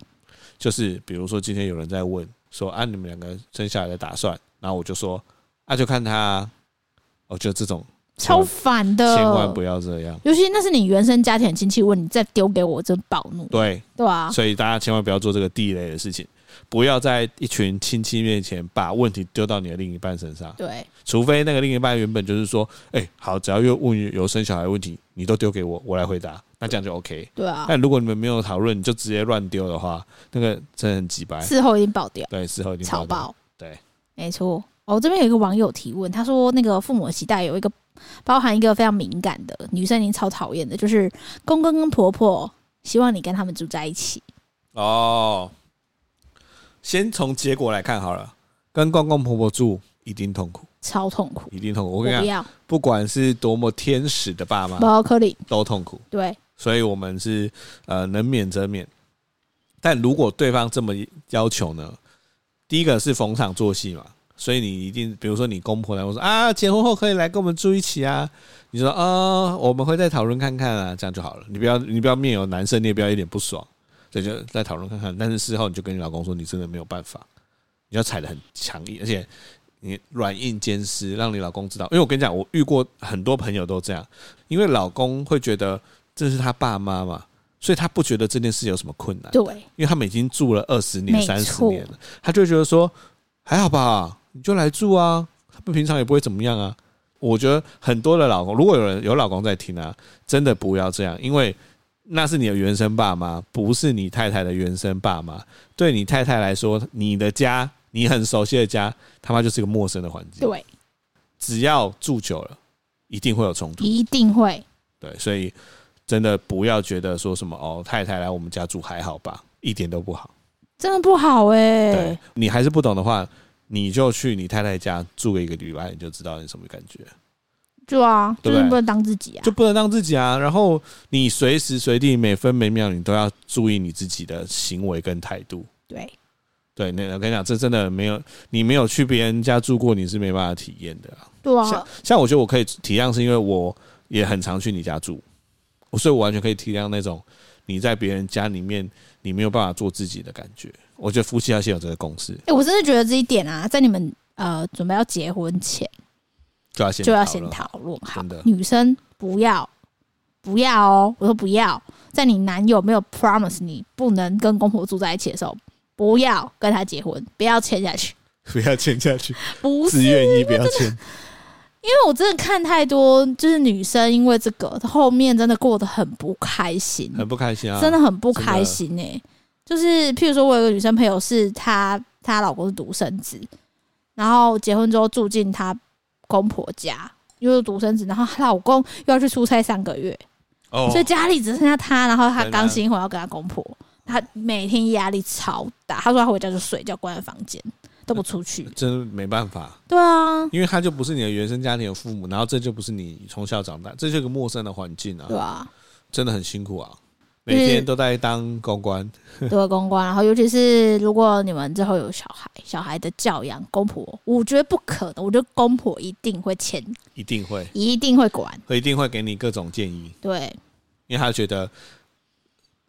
就是比如说今天有人在问说啊，你们两个生下来的打算，然后我就说啊，就看他、啊。我觉得这种超烦的，千万不要这样，尤其那是你原生家庭的亲戚问你，再丢给我，真暴怒，对，对啊，所以大家千万不要做这个地雷的事情，不要在一群亲戚面前把问题丢到你的另一半身上，对除非那个另一半原本就是说，哎、好，只要有问有生小孩的问题，你都丢给我，我来回答，那这样就 OK。对啊，但如果你们没有讨论，你就直接乱丢的话，那个真的很鸡掰，事后已经爆掉，对，事后一定吵爆掉。爆，对，没错。哦，这边有一个网友提问，他说那个父母的期待有一个包含一个非常敏感的女生，已经超讨厌的，就是公公跟婆婆希望你跟他们住在一起，哦，先从结果来看好了，跟公公婆婆住一定痛苦，超痛苦。一定痛苦。我我跟不你讲，要，不啊管是多么天使的爸妈，包克里都痛苦。对所以我们是呃能免则免。但如果对方这么要求呢，第一个是逢场作戏嘛，所以你一定，比如说你公婆来，我说啊，结婚后可以来跟我们住一起啊，你说啊、我们会再讨论看看啊，这样就好了。你不要你不要面有男生，你也不要一脸不爽，这就再讨论看看。但是事后你就跟你老公说，你真的没有办法，你要踩的很强硬，而且你软硬兼施，让你老公知道。因为我跟你讲，我遇过很多朋友都这样，因为老公会觉得这是他爸妈嘛，所以他不觉得这件事有什么困难，对，因为他们已经住了二十年、没错三十年了，他就会觉得说还好吧，你就来住啊，平常也不会怎么样啊。我觉得很多的老公，如果有人有老公在听啊，真的不要这样，因为那是你的原生爸妈，不是你太太的原生爸妈。对你太太来说，你的家，你很熟悉的家，他妈就是一个陌生的环境。对，只要住久了，一定会有冲突。一定会。对，所以真的不要觉得说什么哦，太太来我们家住还好吧，一点都不好。真的不好哎、对你还是不懂的话，你就去你太太家住个一个礼拜，你就知道你什么感觉，就啊，对就不对是不能当自己啊就。不能让自己啊。然后你随时随地每分每秒，你都要注意你自己的行为跟态度。对，对，那我跟你讲，这真的没有你没有去别人家住过，你是没办法体验的啊、对像啊，像我觉得我可以体谅，是因为我也很常去你家住，所以我完全可以体谅那种你在别人家里面你没有办法做自己的感觉。我觉得夫妻要先有这个共识，哎、我真的觉得这一点啊，在你们呃准备要结婚前就要先就要讨先论讨论好真的，女生不要不要哦，我说不要，在你男友没有 promise 你不能跟公婆住在一起的时候，不要跟他结婚，不要签下去，不要签下去，不是自愿意不要签。因为我真的看太多，就是女生因为这个后面真的过得很不开心，很不开心啊！真的很不开心哎、就是譬如说，我有一个女生朋友是她她老公是独生子，然后结婚之后住进她公婆家，因为是独生子，然后她老公又要去出差三个月，哦所以家里只剩下她，然后她天哪刚新婚要跟她公婆，她每天压力超大。她说她回家就睡觉，关在房间都不 出去。真的没办法，对啊，因为他就不是你的原生家庭的父母，然后这就不是你从小长大，这就是个陌生的环境啊对，啊。嗯真的很辛苦啊，就是每天都在当公关，多个啊公关，然后尤其是如果你们之后有小孩，小孩的教养，公婆，我觉得不可能，我觉得公婆一定会牵，一定会一定会管，会一定会给你各种建议，对因为他觉得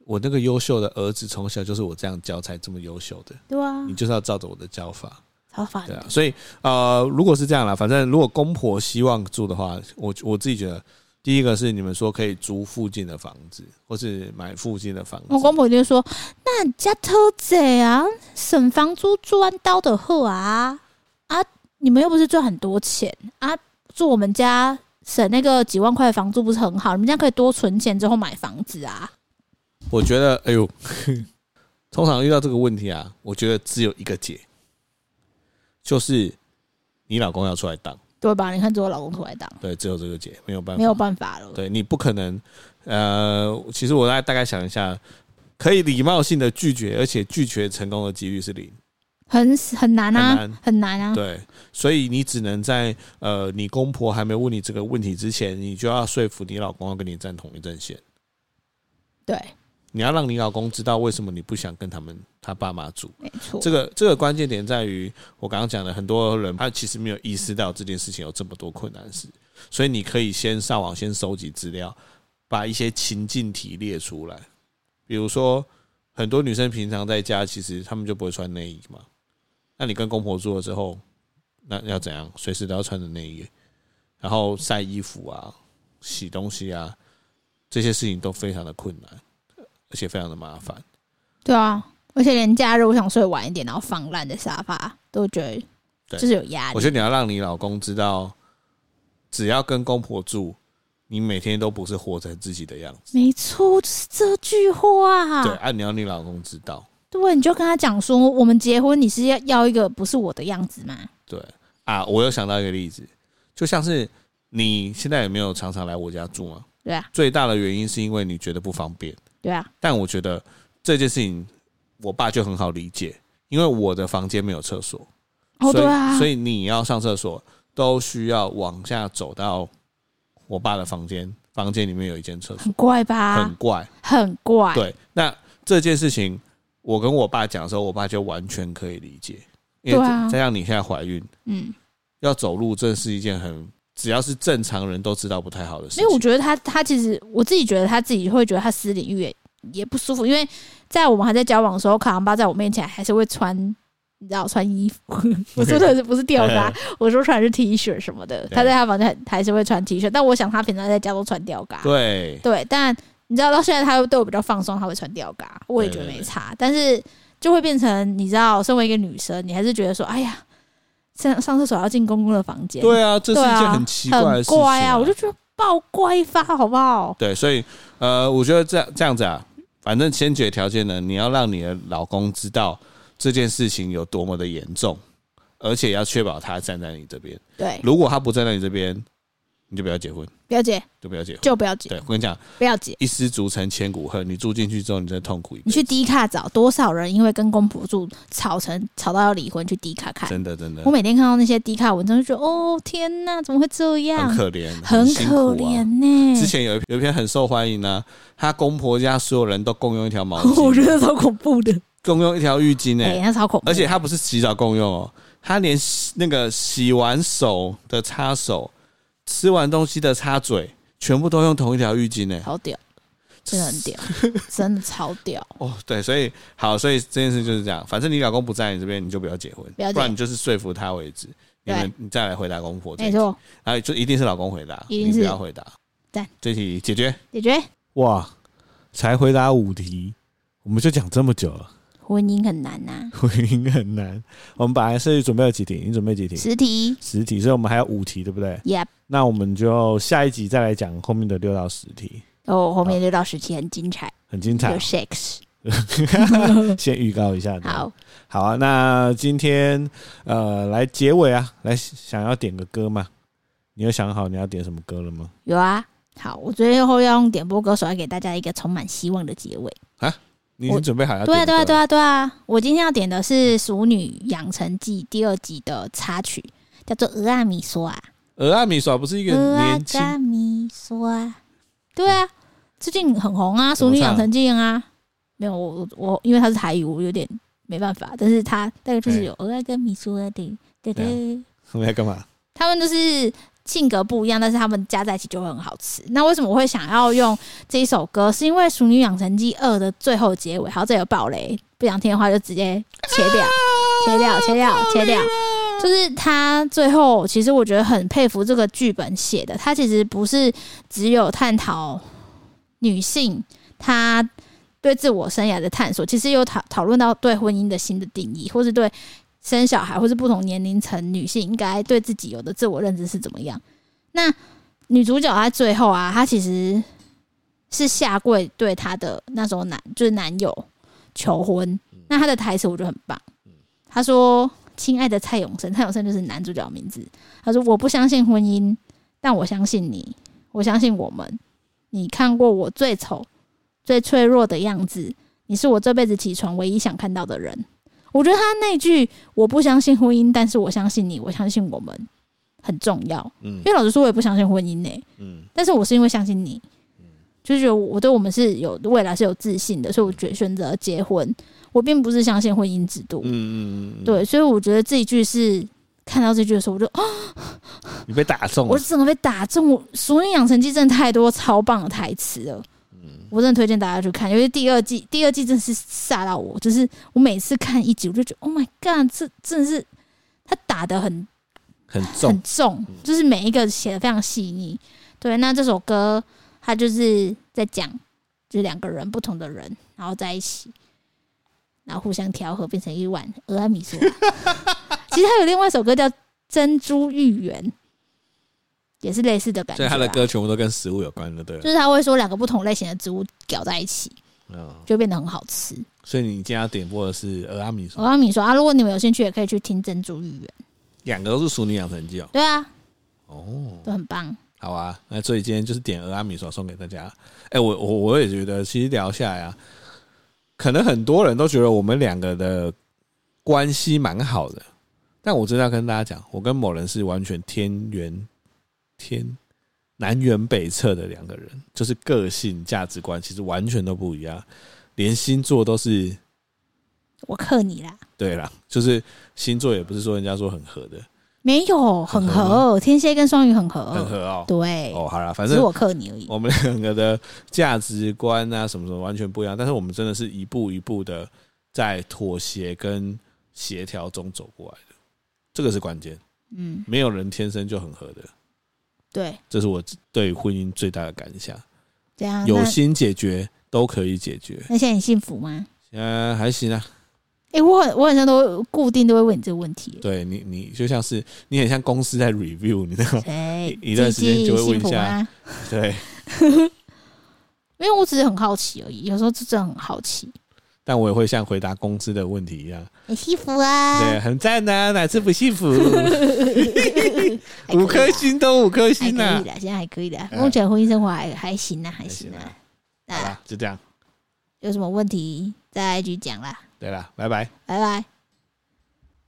我那个优秀的儿子从小就是我这样教才这么优秀的，对啊你，就是要照着我的教法，超烦对啊的，，所以呃，如果是这样啦，反正如果公婆希望住的话，我我自己觉得。第一个是你们说可以租附近的房子，或是买附近的房子。我公婆就说：“那人家偷贼啊，省房租住完刀的后啊啊，你们又不是赚很多钱啊，住我们家省那个几万块的房租不是很好？你们家可以多存钱之后买房子啊。我觉得，哎呦，通常遇到这个问题啊，我觉得只有一个解，就是你老公要出来当，”对吧？你看，只有我老公出来当，对，只有这个解，没有办法，没有办法了。对你不可能，呃，其实我大概大概想一下，可以礼貌性的拒绝，而且拒绝成功的几率是零，很很难啊，很难很难啊。对，所以你只能在呃，你公婆还没问你这个问题之前，你就要说服你老公要跟你站同一阵线，对，你要让你老公知道为什么你不想跟他们他爸妈住。没错，这个这个关键点在于，我刚刚讲的，很多人他其实没有意识到这件事情有这么多困难事，所以你可以先上网先收集资料，把一些情境题列出来。比如说，很多女生平常在家，其实她们就不会穿内衣嘛。那你跟公婆住了之后，那要怎样？随时都要穿着内衣，然后晒衣服啊、洗东西啊，这些事情都非常的困难，而且非常的麻烦。对啊。而且连假日我想睡晚一点，然后放烂在沙发，都觉得对就是有压我力。觉得你要让你老公知道，只要跟公婆住，你每天都不是活成自己的样子。没错，就是这句话。对，啊，你要你老公知道，对，啊你就跟他讲说，我们结婚你是要要一个不是我的样子嘛？对啊，我又想到一个例子，就像是你现在有没有常常来我家住啊？对啊，最大的原因是因为你觉得不方便，对啊，但我觉得这件事情，我爸就很好理解，因为我的房间没有厕所，哦所对以、啊，所以你要上厕所都需要往下走到我爸的房间，房间里面有一间厕所，很怪吧很？怪。很怪，对，那这件事情，我跟我爸讲的时候，我爸就完全可以理解，因为对啊再让你现在怀孕，嗯，要走路，这是一件很只要是正常人都知道不太好的事因为我情。觉得他他其实我自己觉得他自己会觉得他私领域也也不舒服，因为在我们还在交往的时候，卡昂巴在我面前还是会穿，你知道穿 衣服，我说的是不是吊嘎，我说穿的是 T 恤什么的，对他在他房间还还是会穿 T 恤，但我想他平常在家都穿吊嘎，对，对，但你知道到现在他对我比较放松，他会穿吊嘎，我也觉得没差，但是就会变成你知道，身为一个女生，你还是觉得说，哎呀，上上厕所要进公公的房间，对啊，这是对一件啊很奇怪的事情、很乖啊，我就觉得爆乖发好不好？对，所以呃，我觉得这样这样子啊，反正先决条件呢，你要让你的老公知道这件事情有多么的严重，而且要确保他站在你这边。对，如果他不站在你这边，你就不要结婚，表姐就不要结婚。就不要结，对我跟你讲，不要结。一失足成千古恨，你住进去之后，你真的痛苦一辈你子去低卡找多少人因为跟公婆住吵成吵到要离婚，去低卡看。真的真的嗯我每天看到那些低卡文章，就觉得哦天哪，怎么会这样很？可怜，很辛苦可啊怜欸之呢。前有一有一篇很受欢迎呢、她公婆家所有人都共用一条毛 我觉巾，得超恐怖的，共用一条浴巾呢、哦欸哎，那超恐怖。而且她不是洗澡共用哦，她连洗那个洗完手的擦手、吃完东西的擦嘴，全部都用同一条浴巾欸呢、超屌，真的 很屌，真的超屌。哦，对，所以好，所以这件事就是这样，反正你老公不在你这边，你就不要结婚，了解不然你就是说服他为止。你们你再来回答公婆哎这一没题，错，然后就一定是老公回答，一定你不是要回答。赞这题解决解决哇，才回答五题，我们就讲这么久了。 婚姻很难啊呐、婚姻很难。我们本来是准备了几题，你准备几题？实体十题，所以我们还有五题，对不对？也那我们就下一集再来讲后面的六到十题，哦，后面六到十题很精彩，很精彩啊有。sex。 先预告一下，好，，好啊。那今天呃，来结尾啊，来想要点个歌嘛？你有想好你要点什么歌了吗？有啊。好，我最后要用点播歌手来给大家一个充满希望的结尾。你已经我准备好要对啊，点歌对啊，对了啊，对啊！我今天要点的是《熟女养成记》第二集的插曲，叫做《俄阿米索啊》。俄阿米索不是一个俄阿年轻扎米索啊，对啊，最近很红啊，《怎熟么女唱养成记》啊。没有，我我我，因为它是台语，我有点没办法。但是它大概就是有俄阿跟米索啊的，对对啊对。我们要干嘛？他们就是性格不一样，但是他们加在一起就会很好吃。那为什么我会想要用这一首歌？是因为《熟女养成记二》的最后结尾，好，这有暴雷，不想听的话就直接切掉，切掉，切掉，切掉。就是他最后，其实我觉得很佩服这个剧本写的，他其实不是只有探讨女性她对自我生涯的探索，其实有讨讨论到对婚姻的新的定义，或是对生小孩，或是不同年龄层女性应该对自己有的自我认知是怎么样。那女主角在最后啊，她其实是下跪对她的那时候男就是男友求婚。那她的台词我觉得很棒，她说：“亲爱的蔡永生，蔡永生就是男主角的名字。”她说：“我不相信婚姻，但我相信你，我相信我们。你看过我最丑、最脆弱的样子，你是我这辈子起床唯一想看到的人。”我觉得他那句“我不相信婚姻，但是我相信你，我相信我们”很重要。嗯因为老实说，我也不相信婚姻呢、嗯，但是我是因为相信你，就是觉得我对我们是有未来是有自信的，所以我决选择结婚。我并不是相信婚姻制度，嗯嗯嗯，对，所以我觉得这一句是看到这句的时候，我就哦，你被打中我了，整个被打中。我《熟女养成记》真的太多超棒的台词了，我真的推荐大家去看，因为第二季第二季真的是吓到我，就是我每次看一集，我就觉得 Oh my God，这真的是他打的很很重嗯很。重，就是每一个写的非常细腻。对，那这首歌它就是在讲，就是两个人不同的人，然后在一起，然后互相调和，变成一碗俄 阿米索拉。其实还有另外一首歌叫《珍珠芋圆》，也是类似的感觉所以啦。他的歌全部都跟食物有关的，对了就。是他会说两个不同类型的植物搅在一起，嗯，就变得很好吃。所以你今天要点播的是俄阿米索俄，阿米索啊，如果你们有兴趣，也可以去听《珍珠芋圆》。两个都是熟女养成记哦。对啊，哦，都很棒。好啊，那所以今天就是点俄阿米索送给大家。哎、我我我也觉得，其实聊下来啊，可能很多人都觉得我们两个的关系蛮好的，但我真的要跟大家讲，我跟某人是完全天圆天南辕北辙的两个人，就是个性、价值观其实完全都不一样，连星座都是我克你啦。对啦，就是星座也不是说人家说很合的，没有，很很合合，天蝎跟双鱼很合，很合哦。对，哦，好啦，反只是正哦我克你而已。我们两个的价值观啊，什么什么完全不一样，但是我们真的是一步一步的在妥协跟协调中走过来的，这个是关键。嗯，没有人天生就很合的，对，这是我对婚姻最大的感想。这样。有啊那心解决都可以解决，那现在你幸福吗？嗯、还行啊，哎、我很我很像都会固定都会问你这个问题。对你，你就像是你很像公司在 review 你那 个，哎一一段时间就会问一下最近幸福吗对。啊因为我只是很好奇而已，有时候就真的很好奇。但我也会像回答公司的问题一样，很幸福啊对，很赞呐、哪次不幸 福？还可以五颗啦，星都五颗还星啊可呐、以的，现在还可以的。嗯目前婚姻生活还还行啊，还还行行啊啊。好那啦，就这样，有什么问题再继续讲啦，对啦，拜拜。拜拜。